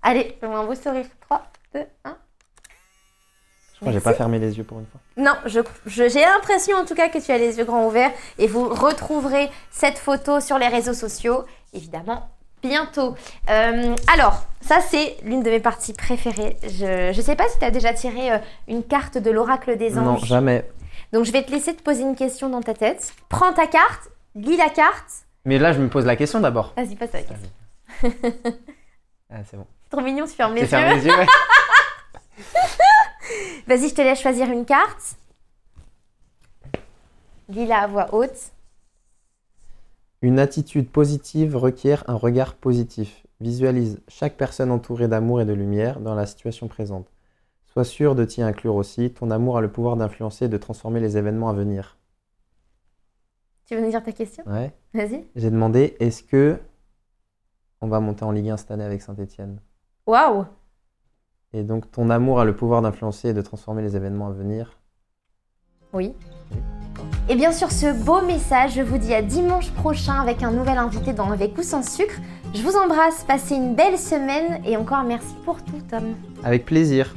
Allez, fais-moi un beau sourire. 3, 2, 1. Je crois que Ah, j'ai pas fermé les yeux pour une fois. Non, je- je- j'ai l'impression en tout cas que tu as les yeux grands ouverts et vous retrouverez cette photo sur les réseaux sociaux, évidemment, bientôt. Euh, alors, ça c'est l'une de mes parties préférées. Je ne sais pas si tu as déjà tiré euh, une carte de l'oracle des Non, anges. jamais. Donc je vais te laisser te poser une question dans ta tête. Prends ta carte, lis la carte. Mais là, je me pose la question d'abord. Vas-y, passe à la carte. Ah, c'est bon. Trop mignon, tu fermes J'ai les yeux. fermé les yeux, ouais. Vas-y, je te laisse choisir une carte. Lis-la à voix haute. Une attitude positive requiert un regard positif. Visualise chaque personne entourée d'amour et de lumière dans la situation présente. Sois sûr de t'y inclure aussi. Ton amour a le pouvoir d'influencer et de transformer les événements à venir. Tu veux nous dire ta question Ouais. Vas-y. J'ai demandé est-ce que on va monter en Ligue 1 cette année avec Saint-Etienne Waouh Et donc ton amour a le pouvoir d'influencer et de transformer les événements à venir. Oui. Et bien sur ce beau message, je vous dis à dimanche prochain avec un nouvel invité dans Avec ou sans sucre. Je vous embrasse, passez une belle semaine et encore merci pour tout, Tom. Avec plaisir.